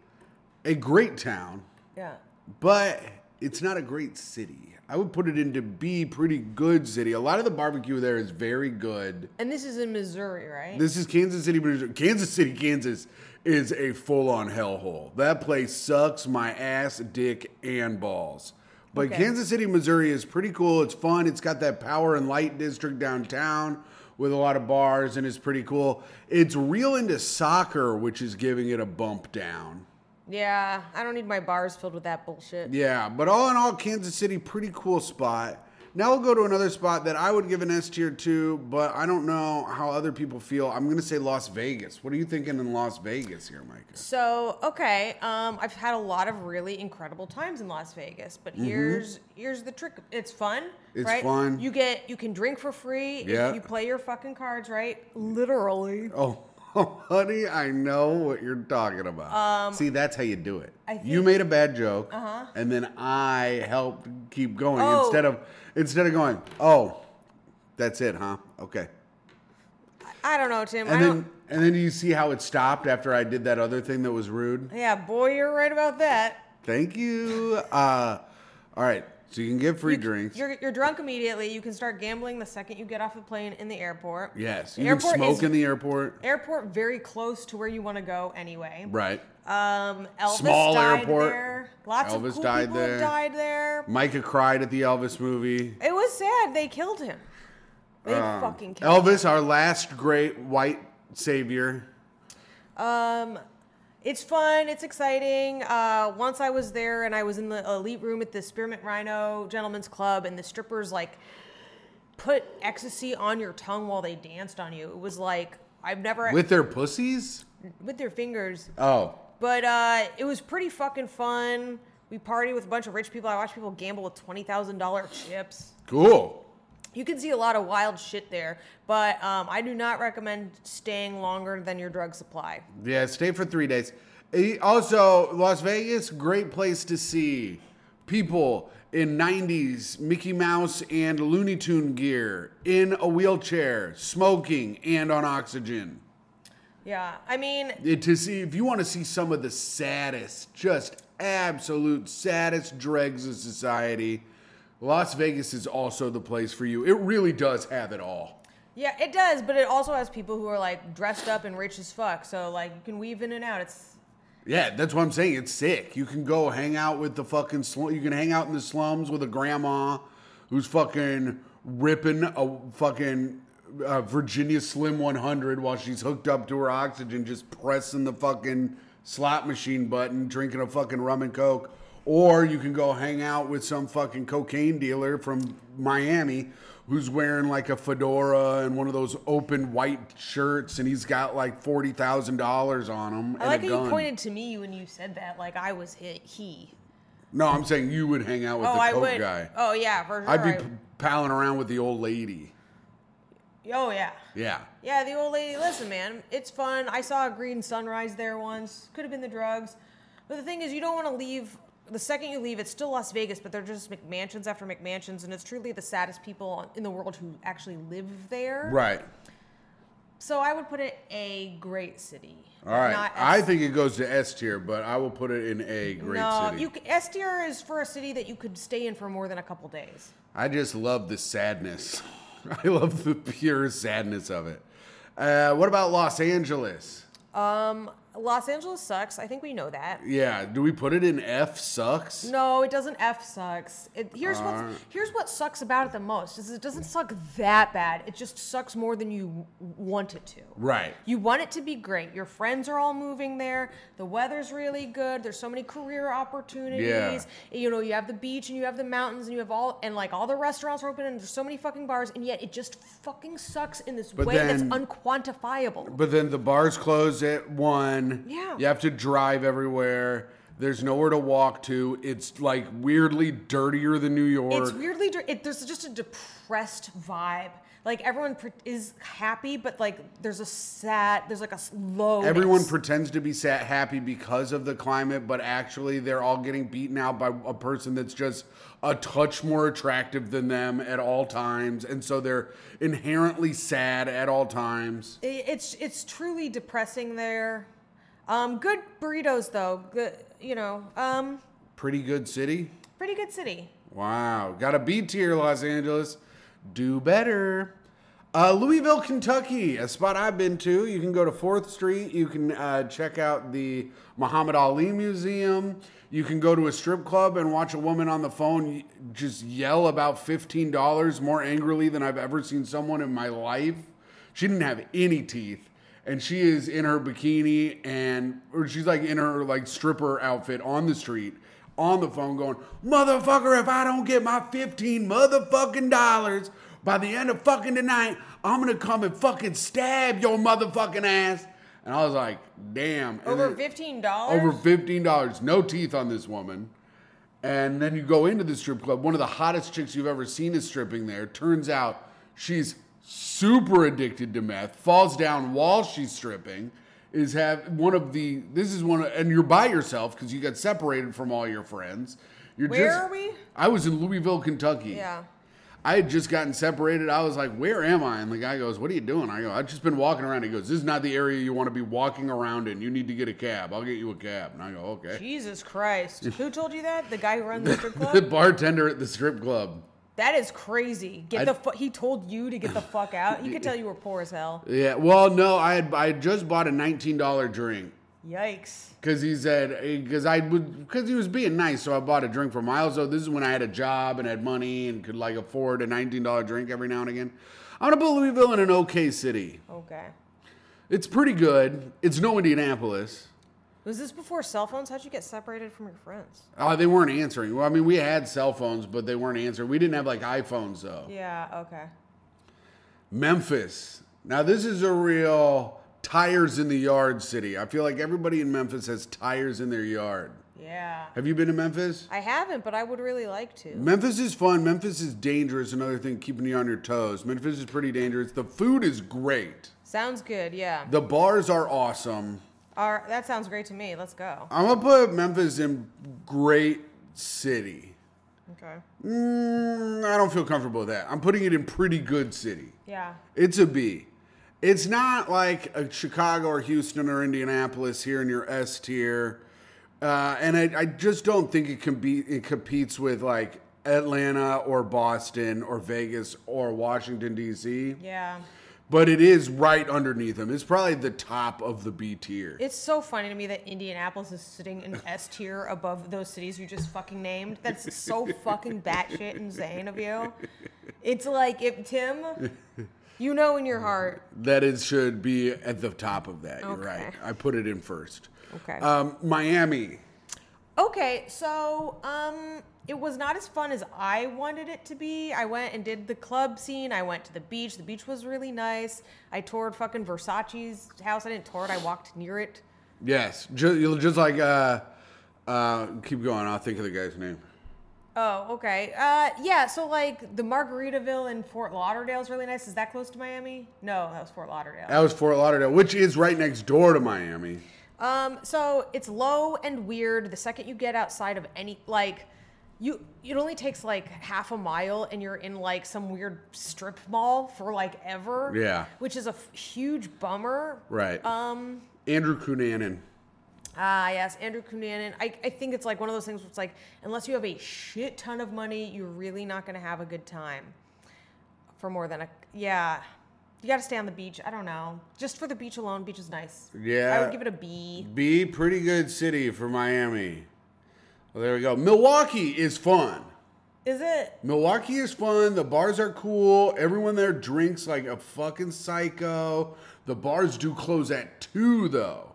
S1: a great town,
S2: yeah.
S1: but it's not a great city. I would put it into B, pretty good city. A lot of the barbecue there is very good.
S2: And this is in Missouri, right?
S1: This is Kansas City, Missouri. Kansas City, Kansas is a full-on hellhole. That place sucks my ass, dick, and balls. But
S2: Okay.
S1: Kansas City, Missouri is pretty cool. It's fun. It's got that power and light district downtown with a lot of bars, and it's pretty cool. It's real into soccer, which is giving it a bump down.
S2: yeah. I don't need my bars filled with that bullshit.
S1: Yeah, but all in all, Kansas City, pretty cool spot. Now we'll go to another spot that I would give an S tier to, but I don't know how other people feel. I'm gonna say Las Vegas. What are you thinking in Las Vegas here, Micah?
S2: So okay, um, I've had a lot of really incredible times in Las Vegas, but here's here's the trick. It's fun.
S1: Mm-hmm. It's
S2: right?
S1: fun.
S2: You get you can drink for free if
S1: Yeah.
S2: you play your fucking cards right. Literally.
S1: Oh, honey, I know what you're talking about. See, that's how you do it.
S2: Um, I
S1: you
S2: think- Uh-huh.
S1: made a bad joke, and then I helped keep going
S2: Oh.
S1: instead of instead of going. Oh, that's it, huh? Okay.
S2: I don't know, Tim. I
S1: And
S2: don't.
S1: then and then you see how it stopped after I did that other thing that was rude.
S2: Yeah, boy, you're right about that.
S1: Thank you. Uh, all right. So you can get free
S2: You-
S1: drinks.
S2: You're, you're drunk immediately. You can start gambling the second you get off the plane in the airport.
S1: Yes.
S2: The
S1: You can smoke
S2: is,
S1: in the airport.
S2: airport very close to where you want to go anyway.
S1: Right.
S2: Um, Elvis
S1: Small
S2: died
S1: airport.
S2: there. Lots
S1: Elvis
S2: of cool
S1: died
S2: people
S1: there.
S2: have died there.
S1: Micah cried at the Elvis movie.
S2: It was sad. They killed him. They fucking killed
S1: Um, Elvis, our last great white savior.
S2: him. Um, it's fun. It's exciting. Uh, once I was there and I was in the elite room at the Spearmint Rhino Gentlemen's Club, and the strippers like put ecstasy on your tongue while they danced on you. It was like I've never
S1: With their pussies?
S2: with their fingers.
S1: Oh.
S2: But uh, it was pretty fucking fun. We partied with a bunch of rich people. I watched people gamble with twenty thousand dollar chips.
S1: Cool.
S2: You can see a lot of wild shit there, but um, I do not recommend staying longer than your drug supply.
S1: Yeah, stay for three days. Eh, Also, Las Vegas, great place to see people in 90s Mickey Mouse and Looney Tune gear in a wheelchair, smoking, and on oxygen.
S2: Yeah, I mean,
S1: Eh, To see if you want to see some of the saddest, just absolute saddest dregs of society, Las Vegas is also the place for you. It really does have it all.
S2: yeah, it does, but it also has people who are like dressed up and rich as fuck. So like, you can weave in and out. It's
S1: Yeah, that's what I'm saying. It's sick. You can go hang out with the fucking slum. You can hang out in the slums with a grandma who's fucking ripping a fucking uh, Virginia Slim 100 while she's hooked up to her oxygen, just pressing the fucking slot machine button, drinking a fucking rum and coke. Or you can go hang out with some fucking cocaine dealer from Miami who's wearing like a fedora and one of those open white shirts and he's got like $40,000 on him.
S2: I
S1: and
S2: like
S1: a
S2: how
S1: gun.
S2: you pointed to me when you said that. Like I was hit he.
S1: No, I'm saying you would hang out with
S2: oh,
S1: the
S2: I
S1: coke
S2: would.
S1: guy.
S2: Oh yeah, for sure.
S1: I'd be
S2: I-
S1: p- palling around with the old lady.
S2: oh yeah.
S1: Yeah.
S2: Yeah, the old lady. Listen, man, it's fun. I saw a green sunrise there once. Could have been the drugs, but the thing is, you don't want to leave. The second you leave, it's still Las Vegas, but they're just McMansions after McMansions, and it's truly the saddest people in the world who actually live there.
S1: Right.
S2: So I would put it a great city.
S1: All right.
S2: not S-
S1: I think it goes to S tier, but I will put it in A great
S2: no,
S1: city.
S2: you c- S tier is for a city that you could stay in for more than a couple days.
S1: I just love the sadness. I love the pure sadness of it. Uh, what about Los Angeles?
S2: Um, Los Angeles sucks. I think we know that.
S1: Yeah. Do we put it in F sucks?
S2: No, it doesn't. F sucks. It, here's
S1: Alright.
S2: what's here's what sucks about it the most is it doesn't suck that bad. It just sucks more than you w- want it to.
S1: Right.
S2: You want it to be great. Your friends are all moving there. The weather's really good. There's so many career opportunities. You know, you have the beach and you have the mountains and you have all and like all the restaurants are open and there's so many fucking bars and yet it just fucking sucks in this
S1: But
S2: way that's
S1: then-
S2: unquantifiable.
S1: But then the bars close at one.
S2: Yeah.
S1: You have to drive everywhere. There's nowhere to walk to. It's like weirdly dirtier than New York.
S2: It's weirdly dr- it, there's just a depressed vibe. like everyone pre- is happy, but like there's a sad, there's like a s- low.
S1: Everyone pretends to be sat happy because of the climate, but actually they're all getting beaten out by a person that's just a touch more attractive than them at all times, and so they're inherently sad at all times.
S2: I- it's it's truly depressing there. Um, good burritos though. Good, you know, um,
S1: Pretty good city.
S2: pretty good city.
S1: Wow, got a B tier, Los Angeles. Do better. Uh, Louisville, Kentucky, a spot I've been to. You can go to 4th Street. You can uh, check out the Muhammad Ali Museum. You can go to a strip club and watch a woman on the phone y- just yell about $15 more angrily than I've ever seen someone in my life. She didn't have any teeth. And she is in her bikini and, or she's like in her like stripper outfit on the street on the phone going, motherfucker, if I don't get my 15 motherfucking dollars by the end of fucking tonight, I'm gonna come and fucking stab your motherfucking ass. And I was like, damn. And
S2: Over
S1: then-
S2: fifteen dollars.
S1: Over $15. No teeth on this woman. And then you go into the strip club. One of the hottest chicks you've ever seen is stripping there. Turns out she's super addicted to meth, falls down while she's stripping. Is have one of the this is one of, and you're by yourself because you got separated from all your friends. You're
S2: Where
S1: just,
S2: are we?
S1: I was in Louisville, Kentucky.
S2: Yeah.
S1: I had just gotten separated. I was like, "Where am I?" And the guy goes, "What are you doing?" I go, "I've just been walking around." He goes, "This is not the area you want to be walking around in. You need to get a cab. I'll get you a cab." And I go, "Okay."
S2: Jesus Christ. Who told you that? The guy who runs the strip
S1: The
S2: club?
S1: bartender at the strip club.
S2: that is crazy. Get
S1: I-
S2: the fu- he told you to get the fuck out. You could tell you were poor as hell.
S1: Yeah. Well, no, I had I had just bought a nineteen dollar drink
S2: Yikes.
S1: because he said because I would because he was being nice, so I bought a drink for Miles. So this is when I had a job and had money and could like afford a nineteen dollar drink every now and again. I'm gonna put Louisville in an okay city.
S2: Okay.
S1: It's pretty good. It's no Indianapolis.
S2: Was this before cell phones? How'd you get separated from your friends?
S1: Oh, they weren't answering. Well, I mean, we had cell phones, but they weren't answering. We didn't have like iPhones though.
S2: Yeah, okay.
S1: Memphis. Now this is a real tires in the yard city. I feel like everybody in Memphis has tires in their yard.
S2: Yeah.
S1: Have you been to Memphis?
S2: I haven't, but I would really like to.
S1: Memphis is fun. Memphis is dangerous. Another thing, keeping you on your toes. Memphis is pretty dangerous. The food is great.
S2: Sounds good, yeah.
S1: The bars are awesome.
S2: Our, that sounds great to me. Let's go.
S1: I'm gonna put Memphis in great city.
S2: Okay.
S1: Mm, I don't feel comfortable with that. I'm putting it in pretty good city.
S2: Yeah.
S1: It's a B. It's not like a Chicago or Houston or Indianapolis here in your S tier. Uh, and I, I just don't think it can be it competes with like Atlanta or Boston or Vegas or Washington D.C.
S2: Yeah.
S1: But it is right underneath them. It's probably the top of the B tier.
S2: It's so funny to me that Indianapolis is sitting in S tier above those cities you just fucking named. That's so fucking batshit insane of you. It's like if Tim, you know in your heart.
S1: That it should be at the top of that. You're
S2: Okay.
S1: right. I put it in first.
S2: Okay.
S1: Um, Miami.
S2: Okay, so um, it was not as fun as I wanted it to be. I went and did the club scene. I went to the beach. The beach was really nice. I toured fucking Versace's house. I didn't tour it. I walked near it.
S1: Yes. Just, you'll just like uh, uh, keep going. I'll think of the guy's name.
S2: Oh, okay. Uh, yeah. So like the Margaritaville in Fort Lauderdale is really nice. Is that close to Miami? No, that was Fort Lauderdale.
S1: That was Fort Lauderdale, which is right next door to Miami.
S2: Um, so it's low and weird. The second you get outside of any like you it only takes like half a mile and you're in like some weird strip mall for like ever.
S1: Yeah.
S2: Which is a f- huge bummer.
S1: Right.
S2: Um
S1: Andrew Cunanan.
S2: Ah, yes, Andrew Cunanan. I, I think it's like one of those things where it's like, unless you have a shit ton of money, you're really not going to have a good time for more than a. Yeah. You got to stay on the beach. I don't know. Just for the beach alone, beach is nice. I
S1: Yeah.
S2: would give it a B.
S1: B, pretty good city for Miami. Well, there we go. Milwaukee is fun.
S2: Is it?
S1: Milwaukee is fun. The bars are cool. Everyone there drinks like a fucking psycho. The bars do close at two though.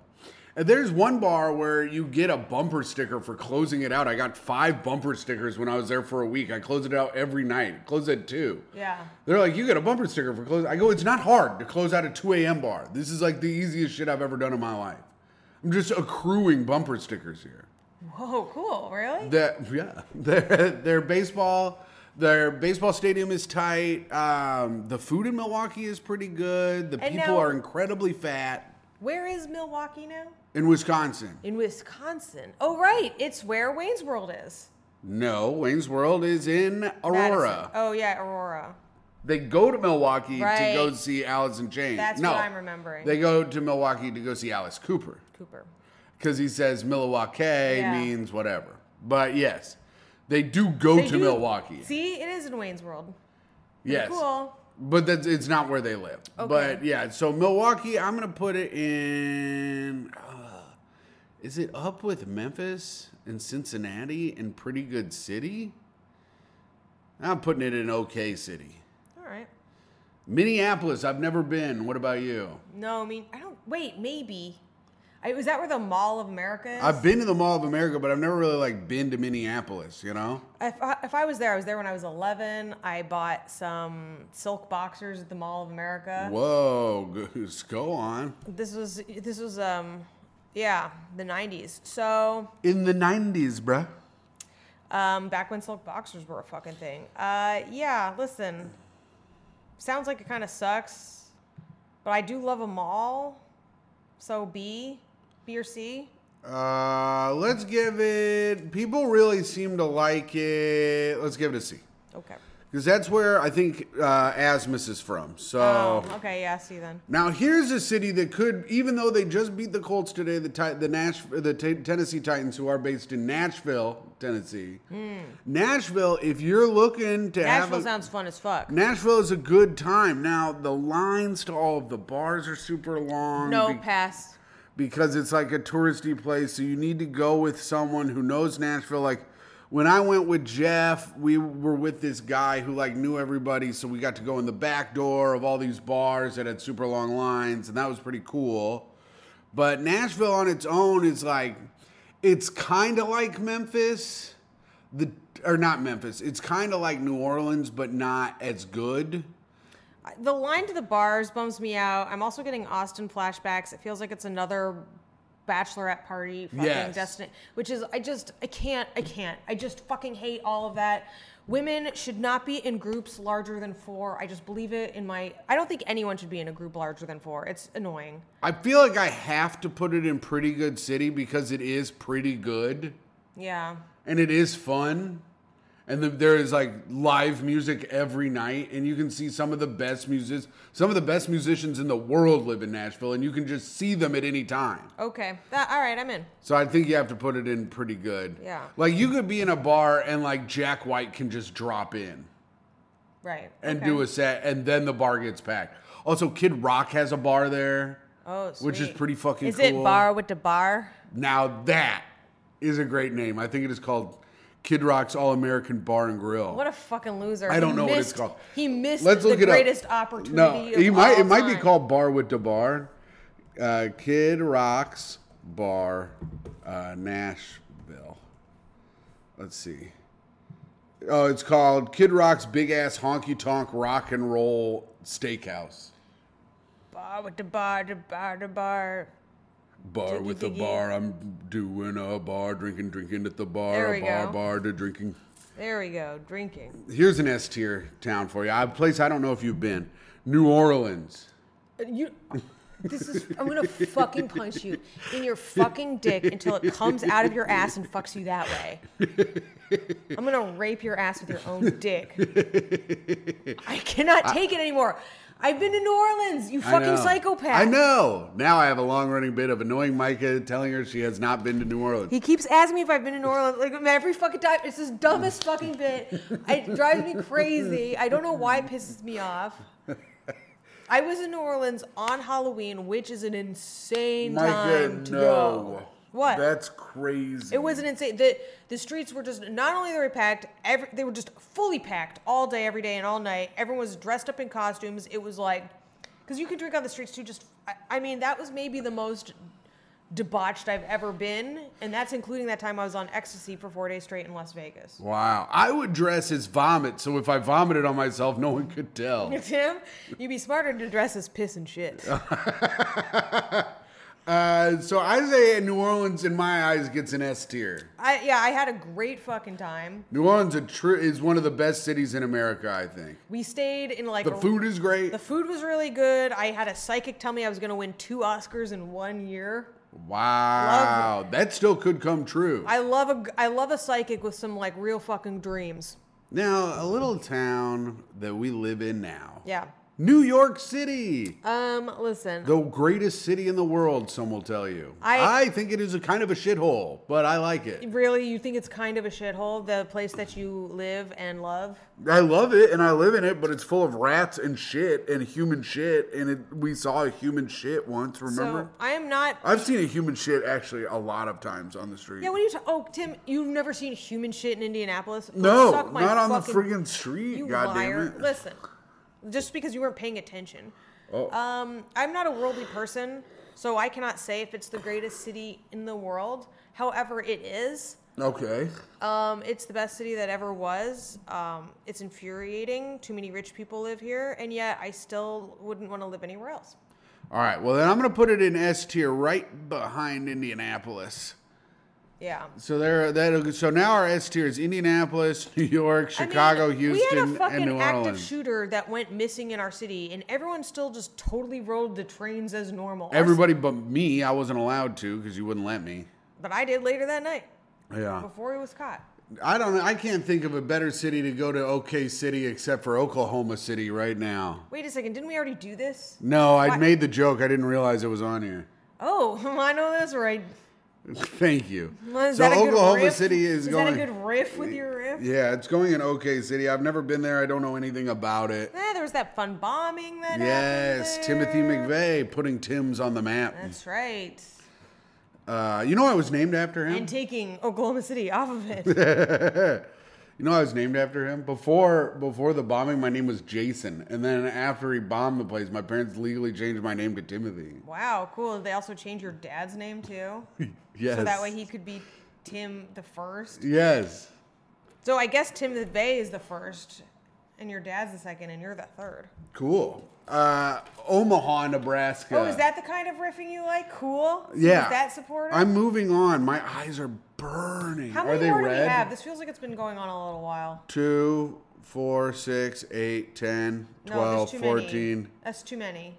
S1: And there's one bar where you get a bumper sticker for closing it out. I got five bumper stickers when I was there for a week. I closed it out every night. It closed at two.
S2: Yeah.
S1: They're like, you got a bumper sticker for close. I go, it's not hard to close out a 2 a.m. bar. This is like the easiest shit I've ever done in my life. I'm just accruing bumper stickers here.
S2: Whoa, cool. Really?
S1: That yeah, their their baseball, Their baseball stadium is tight. Um, the food in Milwaukee is pretty good. The
S2: And
S1: people
S2: now-
S1: are incredibly fat.
S2: Where is Milwaukee now?
S1: In Wisconsin,
S2: In Wisconsin. Oh, right. It's where Wayne's World is.
S1: no, Wayne's World is in Aurora.
S2: Madison. Oh, yeah, Aurora.
S1: They go to Milwaukee to
S2: Right.
S1: go see Alice in Chains.
S2: That's
S1: no,
S2: what I'm remembering.
S1: They go to Milwaukee to go see Alice Cooper
S2: Cooper.
S1: because he says Milwaukee
S2: Yeah.
S1: means whatever. But yes, they do go
S2: They
S1: to
S2: do-
S1: Milwaukee.
S2: See, it is in Wayne's World.
S1: yes,
S2: Cool.
S1: but that's it's not where they live.
S2: Okay.
S1: But yeah, so Milwaukee, I'm gonna put it in. Uh, is it up with Memphis and Cincinnati and pretty good city? I'm putting it in okay city.
S2: All right.
S1: Minneapolis, I've never been. What about you?
S2: No, I mean, I don't. Wait, maybe. I, is that where the Mall of America is?
S1: I've been to the Mall of America, but I've never really like been to Minneapolis. You know,
S2: If I, if I was there, I was there when I was 11. I bought some silk boxers at the Mall of America.
S1: whoa, goose, go on.
S2: This was this was um, yeah, the 90s. So
S1: In the '90s, bruh.
S2: um, back when silk boxers were a fucking thing. Uh, yeah, listen. Sounds like it kind of sucks, but I do love a mall. So B, B or C.
S1: Uh, let's give it. People really seem to like it. Let's give it a C,
S2: Okay.
S1: because that's where I think uh, Asmus is from. So.
S2: Um, okay. Yeah. C then.
S1: Now here's a city that could, even though they just beat the Colts today, the Ti- the Nash the T- Tennessee Titans, who are based in Nashville, Tennessee. Nashville, if you're looking to have
S2: Hmm. Nashville
S1: a,
S2: sounds fun as fuck.
S1: Nashville is a good time. Now the lines to all of the bars are super long.
S2: No
S1: be-
S2: pass.
S1: because it's like a touristy place, so you need to go with someone who knows Nashville. Like when I went with Jeff, we were with this guy who like knew everybody, so we got to go in the back door of all these bars that had super long lines, and that was pretty cool. But Nashville on its own is like it's kind of like Memphis, the or not Memphis. It's kind of like New Orleans, but not as good.
S2: The line to the bars bums me out. I'm also getting Austin flashbacks. It feels like it's another bachelorette party fucking
S1: Yes.
S2: destiny, which is I just I can't I can't. I just fucking hate all of that. Women should not be in groups larger than 4. I just believe it in my I don't think anyone should be in a group larger than 4. It's annoying.
S1: I feel like I have to put it in pretty good city because it is pretty good.
S2: Yeah.
S1: and it is fun. And the, there is like live music every night, and you can see some of the best music, some of the best musicians in the world live in Nashville, and you can just see them at any time.
S2: Okay. That all right, I'm in.
S1: So I think you have to put it in pretty good.
S2: Yeah.
S1: Like you could be in a bar and like Jack White can just drop in
S2: Right.
S1: and
S2: okay.
S1: do a set, and then the bar gets packed. Also, Kid Rock has a bar there,
S2: Oh,
S1: which is
S2: sweet.
S1: pretty fucking.
S2: Is
S1: cool.
S2: it bar with the bar?
S1: Now that is a great name. I think it is called Kid Rock's All American Bar and Grill.
S2: What a fucking loser.
S1: I
S2: He
S1: don't know what it's
S2: missed-
S1: called.
S2: He missed
S1: Let's look
S2: the
S1: it up.
S2: greatest opportunity.
S1: No,
S2: of
S1: he might.
S2: all
S1: It might be
S2: time.
S1: called Bar with DeBar. Uh, Kid Rocks Bar, uh, Nashville. Let's see. Oh, it's called Kid Rock's Big Ass Honky Tonk Rock and Roll Steakhouse.
S2: Bar with the bar, the bar, the bar.
S1: Bar with the
S2: Diggy, diggy.
S1: bar, I'm doing a bar, drinking, drinking at the bar,
S2: There
S1: a
S2: we
S1: bar,
S2: go.
S1: bar to drinking.
S2: There we go, drinking.
S1: Here's an S tier town for you. A place I don't know if you've been. New Orleans.
S2: Uh, You. This is. I'm gonna fucking punch you in your fucking dick until it comes out of your ass and fucks you that way. I'm gonna rape your ass with your own dick. I cannot take it anymore. I've been to New Orleans. You
S1: I
S2: fucking
S1: know.
S2: psychopath.
S1: I know. Now I have a long running bit of annoying Micah telling her she has not been to New Orleans.
S2: He keeps asking me if I've been to New Orleans. Like every fucking time, it's this dumbest fucking bit. It drives me crazy. I don't know why it pisses me off. I was in New Orleans on Halloween, which is an insane time to go. What?
S1: That's crazy.
S2: it was an insane. The the streets were just not only they were packed, every, they were just fully packed all day, every day, and all night. Everyone was dressed up in costumes. It was like, because you could drink on the streets too. Just, I, I mean, that was maybe the most debauched I've ever been, and that's including that time I was on ecstasy for four days straight in Las Vegas.
S1: Wow. I would dress as vomit, so if I vomited on myself, no one could tell.
S2: Tim, you'd be smarter to dress as piss and shit.
S1: Uh, Uh, so I say New Orleans, in my eyes, gets an S tier.
S2: I yeah, I had a great fucking time.
S1: New Orleans a tr- is one of the best cities in America, I think.
S2: We stayed in like
S1: The
S2: a-
S1: food is great.
S2: The food was really good. I had a psychic tell me I was going to win two Oscars in one year.
S1: Wow, that still could come true.
S2: I love a I love a psychic with some like real fucking dreams.
S1: now, a little town that we live in now.
S2: Yeah.
S1: New York City,
S2: Um. Listen.
S1: the greatest city in the world, some will tell you.
S2: I-
S1: think it is a kind of a shithole, but I like it.
S2: Really, you think it's kind of a shithole, the place that you live and love?
S1: I love it and I live in it, but it's full of rats and shit and human shit. And it, we saw a human shit once, remember?
S2: So I am not.
S1: I've seen a human shit actually a lot of times on the street.
S2: Yeah, what are you? Ta- oh, Tim, you've never seen human shit in Indianapolis?
S1: no,
S2: Suck my
S1: not on the
S2: fucking-
S1: friggin' street,
S2: You liar!
S1: goddammit.
S2: Listen, just because you weren't paying attention.
S1: Oh.
S2: Um, I'm not a worldly person, so I cannot say if it's the greatest city in the world. However, it is.
S1: Okay.
S2: Um, it's the best city that ever was. Um, it's infuriating. Too many rich people live here, and yet I still wouldn't want to live anywhere else.
S1: All right. Well, then I'm going to put it in S tier right behind Indianapolis.
S2: Yeah.
S1: So there, that so now our S tier is Indianapolis, New York,
S2: I mean,
S1: Chicago,
S2: We had a
S1: Houston,
S2: fucking
S1: and New
S2: active
S1: Orleans.
S2: shooter that went missing in our city, and everyone still just totally rode the trains as normal. Our-
S1: Everybody but me, I wasn't allowed to because you wouldn't let me.
S2: but I did later that night
S1: Yeah.
S2: before he was caught.
S1: I don't. I can't think of a better city to go to. OK City, except for Oklahoma City right now.
S2: Wait a second, didn't we already do this?
S1: No, I
S2: Why-
S1: made the joke. I didn't realize it was on here.
S2: Oh, I know that's right.
S1: Thank you.
S2: Is
S1: so
S2: that a good
S1: Oklahoma
S2: riff?
S1: City is,
S2: is
S1: going.
S2: that a good riff with your riff?
S1: yeah, it's going in OK City. I've never been there. I don't know anything about it.
S2: Eh, there was that fun bombing that
S1: Yes,
S2: happened
S1: Timothy
S2: there.
S1: McVeigh putting Tim's on the map.
S2: That's right.
S1: Uh, you know I was named after him?
S2: And taking Oklahoma City off of it.
S1: You know I was named after him? Before before the bombing, my name was Jason. And then after he bombed the place, my parents legally changed my name to Timothy.
S2: wow, cool. They also changed your dad's name too.
S1: Yes.
S2: So that way he could be Tim the first.
S1: Yes.
S2: So I guess Tim McVeigh is the first, and your dad's the second, and you're the third.
S1: Cool. Uh, Omaha, Nebraska.
S2: Oh, is that the kind of riffing you like? Cool.
S1: Yeah.
S2: Is that supportive?
S1: I'm moving on. My eyes are burning.
S2: How
S1: are
S2: many
S1: they
S2: more
S1: red?
S2: do we have? This feels like it's been going on a little while.
S1: Two, four, six, eight, 10,
S2: no,
S1: 12,
S2: there's too
S1: 14,
S2: many. That's too many.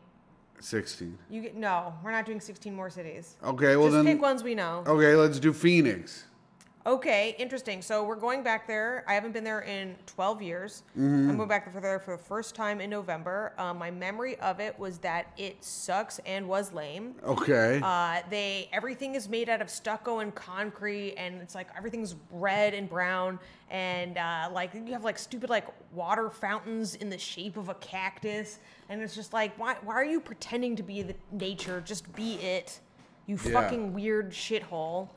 S1: 16.
S2: You get no. We're not doing 16 more cities.
S1: Okay, well
S2: Just
S1: then.
S2: pick ones we know.
S1: Okay, let's do Phoenix.
S2: Okay, interesting. So we're going back there. I haven't been there in 12 years. I'm going back for there for the first time in November. Um, my memory of it was that it sucks and was lame.
S1: Okay.
S2: Uh, they everything is made out of stucco and concrete, and it's like everything's red and brown, and uh, like you have like stupid like water fountains in the shape of a cactus, and it's just like why why are you pretending to be the nature? Just be it, you
S1: Yeah.
S2: fucking weird shithole.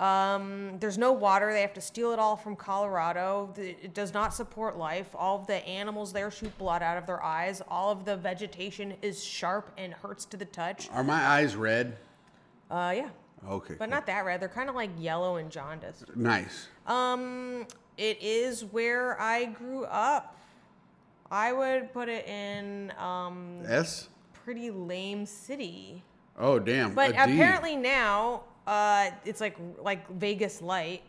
S2: Um, there's no water. They have to steal it all from Colorado. The- It does not support life. All of the animals there shoot blood out of their eyes. All of the vegetation is sharp and hurts to the touch.
S1: Are my eyes red?
S2: Uh, yeah.
S1: Okay.
S2: But not that red. They're kind of like yellow and jaundiced.
S1: nice.
S2: Um, it is where I grew up. I would put it in um
S1: S?
S2: pretty lame city.
S1: Oh damn.
S2: But
S1: a D.
S2: apparently now, uh, it's like like Vegas light.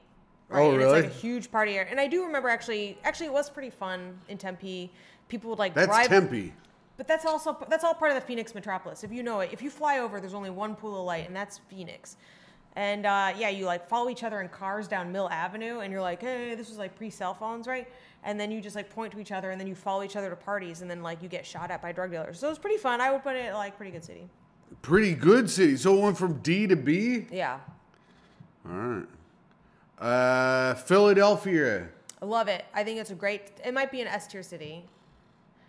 S2: Right?
S1: Oh,
S2: and It's
S1: really?
S2: like a huge party area. And I do remember actually, actually it was pretty fun in Tempe. People would like
S1: that's
S2: drive,
S1: Tempe.
S2: but that's also that's all part of the Phoenix metropolis. If you know it, if you fly over, there's only one pool of light, and that's Phoenix. And uh, yeah, you like follow each other in cars down Mill Avenue, and you're like, hey, this was like pre-cell phones, right? And then you just like point to each other, and then you follow each other to parties, and then like you get shot at by drug dealers. So it was pretty fun. I would put it like pretty good city.
S1: Pretty good city. So it went from D to B.
S2: Yeah,
S1: All right. Uh, Philadelphia.
S2: I love it. I think it's a great. It might be an S tier city.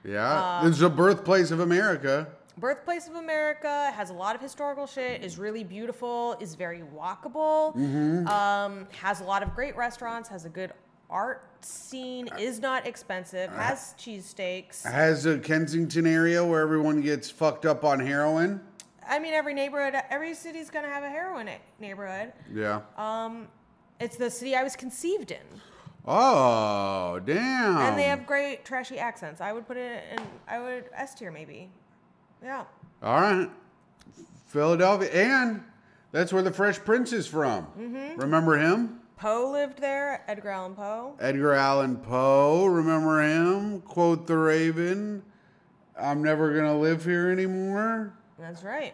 S1: Yeah,
S2: Uh,
S1: it's the birthplace of America.
S2: Birthplace of America has a lot of historical shit. Is really beautiful. Is very walkable. Um, has a lot of great restaurants. Has a good art scene. Is not expensive. Has cheesesteaks.
S1: Has a Kensington area where everyone gets fucked up on heroin.
S2: I mean, every neighborhood, every city's gonna have a heroin e- neighborhood.
S1: Yeah.
S2: Uh, It's the city I was conceived in,
S1: oh damn.
S2: and they have great trashy accents. I would put it in. I would S tier maybe. Yeah.
S1: All right. Philadelphia, and that's where the Fresh Prince is from.
S2: Mm-hmm.
S1: Remember him?
S2: Poe lived there, Edgar Allan Poe.
S1: Edgar Allan Poe. Remember him? Quote the Raven. I'm never gonna live here anymore.
S2: That's right.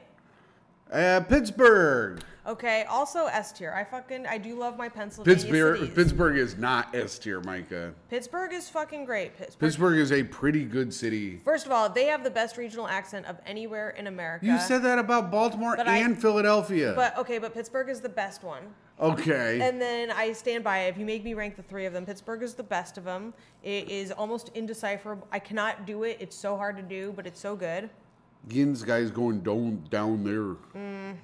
S1: Uh, Pittsburgh.
S2: Okay, also S tier. I fucking I do love my Pennsylvania
S1: Pittsburgh.
S2: cities.
S1: Pittsburgh is not S tier, Micah.
S2: Pittsburgh is fucking great. Pittsburgh.
S1: Pittsburgh is a pretty good city.
S2: First of all, they have the best regional accent of anywhere in America.
S1: You said that about Baltimore
S2: But I-
S1: and Philadelphia.
S2: But okay, but Pittsburgh is the best one.
S1: okay.
S2: And then I stand by it. If you make me rank the three of them, Pittsburgh is the best of them. It is almost indecipherable. I cannot do it. It's so hard to do, but it's so good.
S1: Again, this guy's going down down there.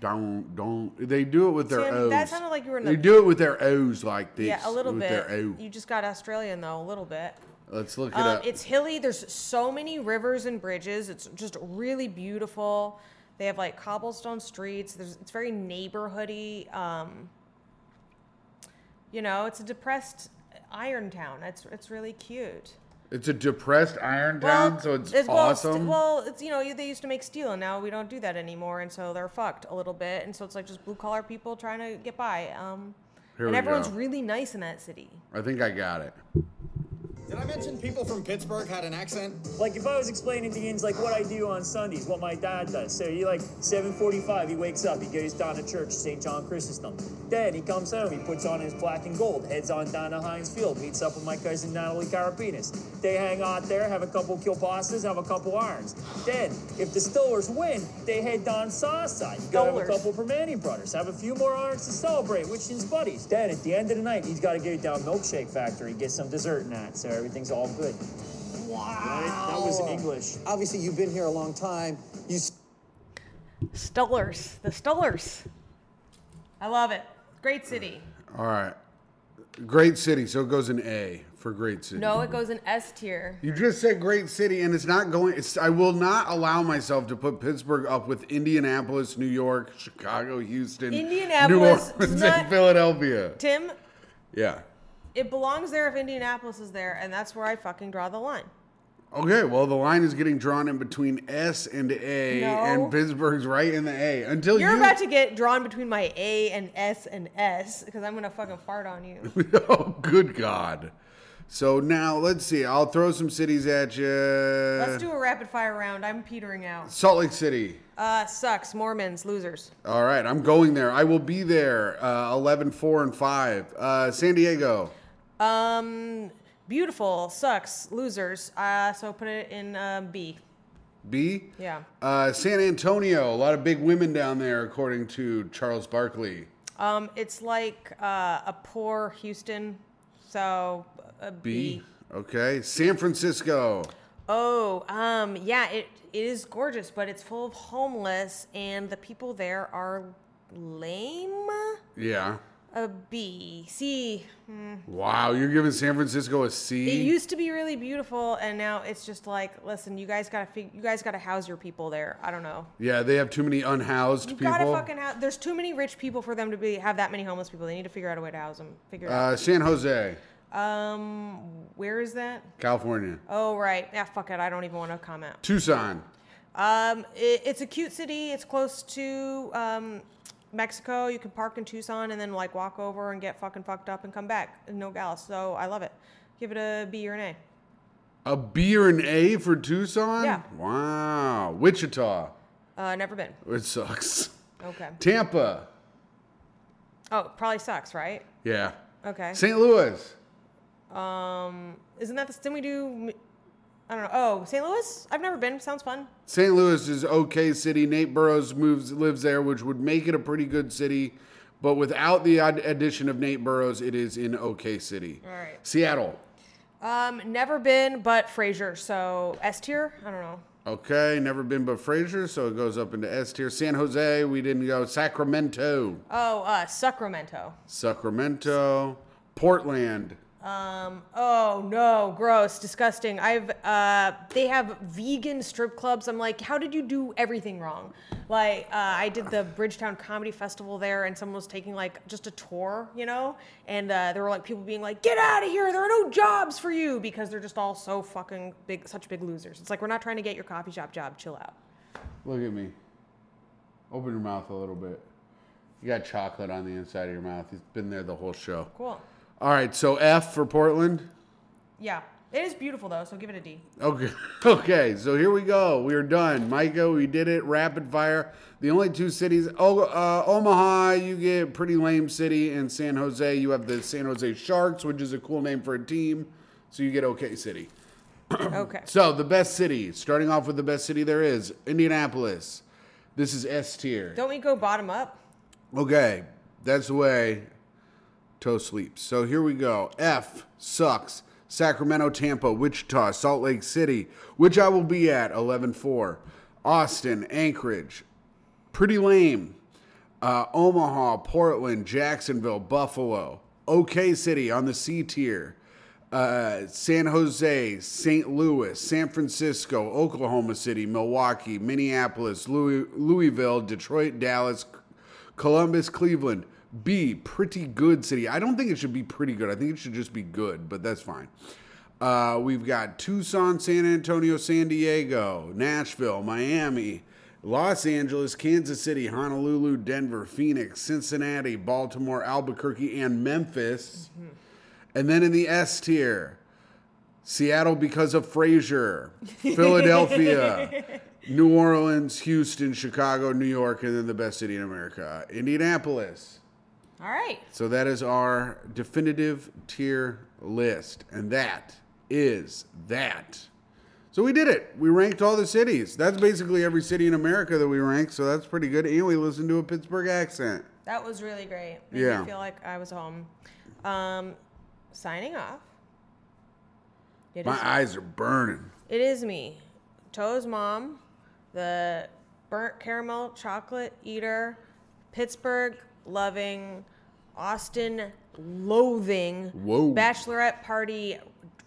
S1: Down, down. They do it with their
S2: Mm. Tim,
S1: O's.
S2: that sounded like you were in
S1: They
S2: a-
S1: do it with their O's like this.
S2: Yeah, a little
S1: with
S2: bit.
S1: Their O.
S2: You just got Australian though, a little bit.
S1: Let's look it
S2: Um,
S1: up.
S2: it's hilly. There's so many rivers and bridges. It's just really beautiful. They have like cobblestone streets. There's, it's very neighborhoody. Um, you know, it's a depressed iron town. It's it's really cute.
S1: It's a depressed Iron Town, so it's
S2: it's- well, st-
S1: awesome.
S2: Well, it's you know you- they used to make steel, and now we don't do that anymore, and so they're fucked a little bit, and so it's like just blue collar people trying to get by. Um,
S1: Here
S2: and
S1: we
S2: everyone's
S1: go.
S2: really nice in that city.
S1: I think I got it.
S3: Did I mention people from Pittsburgh had an accent?
S4: Like if I was explaining to Ian's like what I do on Sundays, what my dad does. So he like 7:45, he wakes up, he goes down to church, St. John Chrysostom. Then he comes home, he puts on his black and gold, heads on down to Heinz Field, meets up with my cousin Natalie Carapinas. They hang out there, have a couple kielbasas, have a couple irons. Then if the Stillers win, they head down south side. You gotta have a
S2: Stillers.
S4: couple Permani brothers, have a few more irons to celebrate, which is buddies. Then at the end of the night, he's gotta go down Milkshake Factory, get some dessert and that, so everything's all good.
S3: Wow.
S4: Right? That was English.
S3: Obviously, you've been here a long time. You s-
S2: Stullers, the Stullers. I love it. Great city.
S1: All right. Great city, so it goes an A for great city.
S2: No, it goes in S tier.
S1: You just said great city, and it's not going. It's, I will not allow myself to put Pittsburgh up with Indianapolis, New York, Chicago, Houston,
S2: Indianapolis
S1: New Orleans,
S2: does
S1: and
S2: not-
S1: Philadelphia.
S2: Tim,
S1: Yeah.
S2: it belongs there if Indianapolis is there, and that's where I fucking draw the line.
S1: Okay, well, the line is getting drawn in between S and A,
S2: No.
S1: and Pittsburgh's right in the A. Until
S2: You're
S1: you,
S2: about to get drawn between my A and S and S because I'm gonna fucking fart on you.
S1: oh, good God! So now let's see. I'll throw some cities at you.
S2: Let's do a rapid fire round. I'm petering out.
S1: Salt Lake City.
S2: Uh, sucks. Mormons, losers.
S1: All right, I'm going there. I will be there. Uh, 11, 4, and 5. Uh, San Diego.
S2: Um, beautiful sucks. Losers. Uh, so put it in uh, B.
S1: B.
S2: Yeah.
S1: Uh, San Antonio. A lot of big women down there, according to Charles Barkley.
S2: Um, it's like uh, a poor Houston. So a B.
S1: Okay. San Francisco.
S2: Oh, um, yeah. It it is gorgeous, but it's full of homeless, and the people there are lame.
S1: Yeah.
S2: A B. C.
S1: Wow, you're giving San Francisco a C.
S2: It used to be really beautiful, and now it's just like, listen, you guys gotta fig- you guys gotta house your people there. I don't know.
S1: yeah, they have too many unhoused
S2: You
S1: people.
S2: gotta fucking house. There's too many rich people for them to be have that many homeless people. They need to figure out a way to house them. Figure it
S1: uh, San Jose,
S2: out. Um, where is that?
S1: California.
S2: Oh right. Yeah, fuck it. I don't even want to comment.
S1: Tucson.
S2: Um, it, it's a cute city. It's close to um, Mexico. You can park in Tucson and then like walk over and get fucking fucked up and come back in Nogales. So I love it. Give it a B or an A.
S1: A B or an A for Tucson?
S2: Yeah.
S1: Wow. Wichita.
S2: Uh, never been.
S1: It sucks.
S2: Okay.
S1: Tampa.
S2: Oh, probably sucks, right?
S1: Yeah.
S2: Okay.
S1: St. Louis.
S2: Um, isn't that the thing we do? I don't know. Oh, St. Louis? I've never been. Sounds fun.
S1: St. Louis is okay city. Nate Burrows moves lives there, which would make it a pretty good city. But without the ad- addition of Nate Burrows, it is in okay city.
S2: All right.
S1: Seattle.
S2: Um, never been, but Fraser. So S tier. I don't know.
S1: Okay, never been but Frazier, so it goes up into S tier. San Jose, we didn't go. Sacramento.
S2: Oh, uh, Sacramento.
S1: Sacramento. Portland.
S2: Um, oh no, gross, disgusting. I've uh, they have vegan strip clubs. I'm like, how did you do everything wrong? Like, uh, I did the Bridgetown Comedy Festival there, and someone was taking like just a tour, you know, and uh, there were like people being like, get out of here, there are no jobs for you because they're just all so fucking big, such big losers. It's like we're not trying to get your coffee shop job. Chill out.
S1: Look at me. Open your mouth a little bit. You got chocolate on the inside of your mouth. It's been there the whole show.
S2: Cool.
S1: All right, so F for Portland.
S2: Yeah. It is beautiful though, so give it a D.
S1: Okay. Okay. So here we go. We are done. Micah, we did it. Rapid fire. The only two cities. Oh, uh, Omaha, you get Pretty Lame City, and San Jose, you have the San Jose Sharks, which is a cool name for a team. So you get OK City.
S2: Okay.
S1: So the best city, starting off with the best city there is, Indianapolis. This is S tier.
S2: Don't we go bottom up?
S1: Okay, that's the way Toe sleeps. So here we go. F sucks. Sacramento, Tampa, Wichita, Salt Lake City, which I will be at 11 4. Austin, Anchorage, pretty lame. Uh, Omaha, Portland, Jacksonville, Buffalo, OK City on the C tier. Uh, San Jose, St. Louis, San Francisco, Oklahoma City, Milwaukee, Minneapolis, Louis, Louisville, Detroit, Dallas, Columbus, Cleveland. B, pretty good city. I don't think it should be pretty good. I think it should just be good, but that's fine. Uh, we've got Tucson, San Antonio, San Diego, Nashville, Miami, Los Angeles, Kansas City, Honolulu, Denver, Phoenix, Cincinnati, Baltimore, Albuquerque, and Memphis. And then in the S tier, Seattle because of Frazier, Philadelphia, New Orleans, Houston, Chicago, New York, and then the best city in America, Indianapolis.
S2: All right.
S1: So that is our definitive tier list. And that is that. So we did it. We ranked all the cities. That's basically every city in America that we ranked. So that's pretty good. And we listened to a Pittsburgh accent.
S2: That was really great. Made
S1: Yeah.
S2: me feel like I was home. Um, signing off. It
S1: My
S2: is-
S1: eyes are burning.
S2: It is me, Toe's mom, the burnt caramel chocolate eater, Pittsburgh loving, Austin loathing,
S1: Whoa.
S2: bachelorette party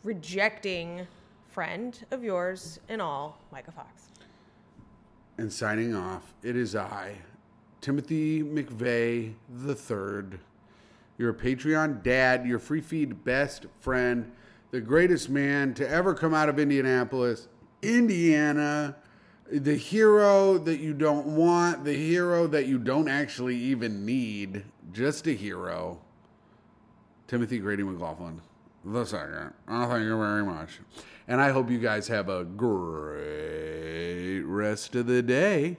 S2: rejecting friend of yours and all, Micah Fox.
S1: And signing off, it is I, Timothy McVeigh the third, your Patreon dad, your free feed best friend, the greatest man to ever come out of Indianapolis, Indiana, the hero that you don't want, the hero that you don't actually even need, just a hero. Timothy Grady McLaughlin, the second. Oh, thank you very much. And I hope you guys have a great rest of the day.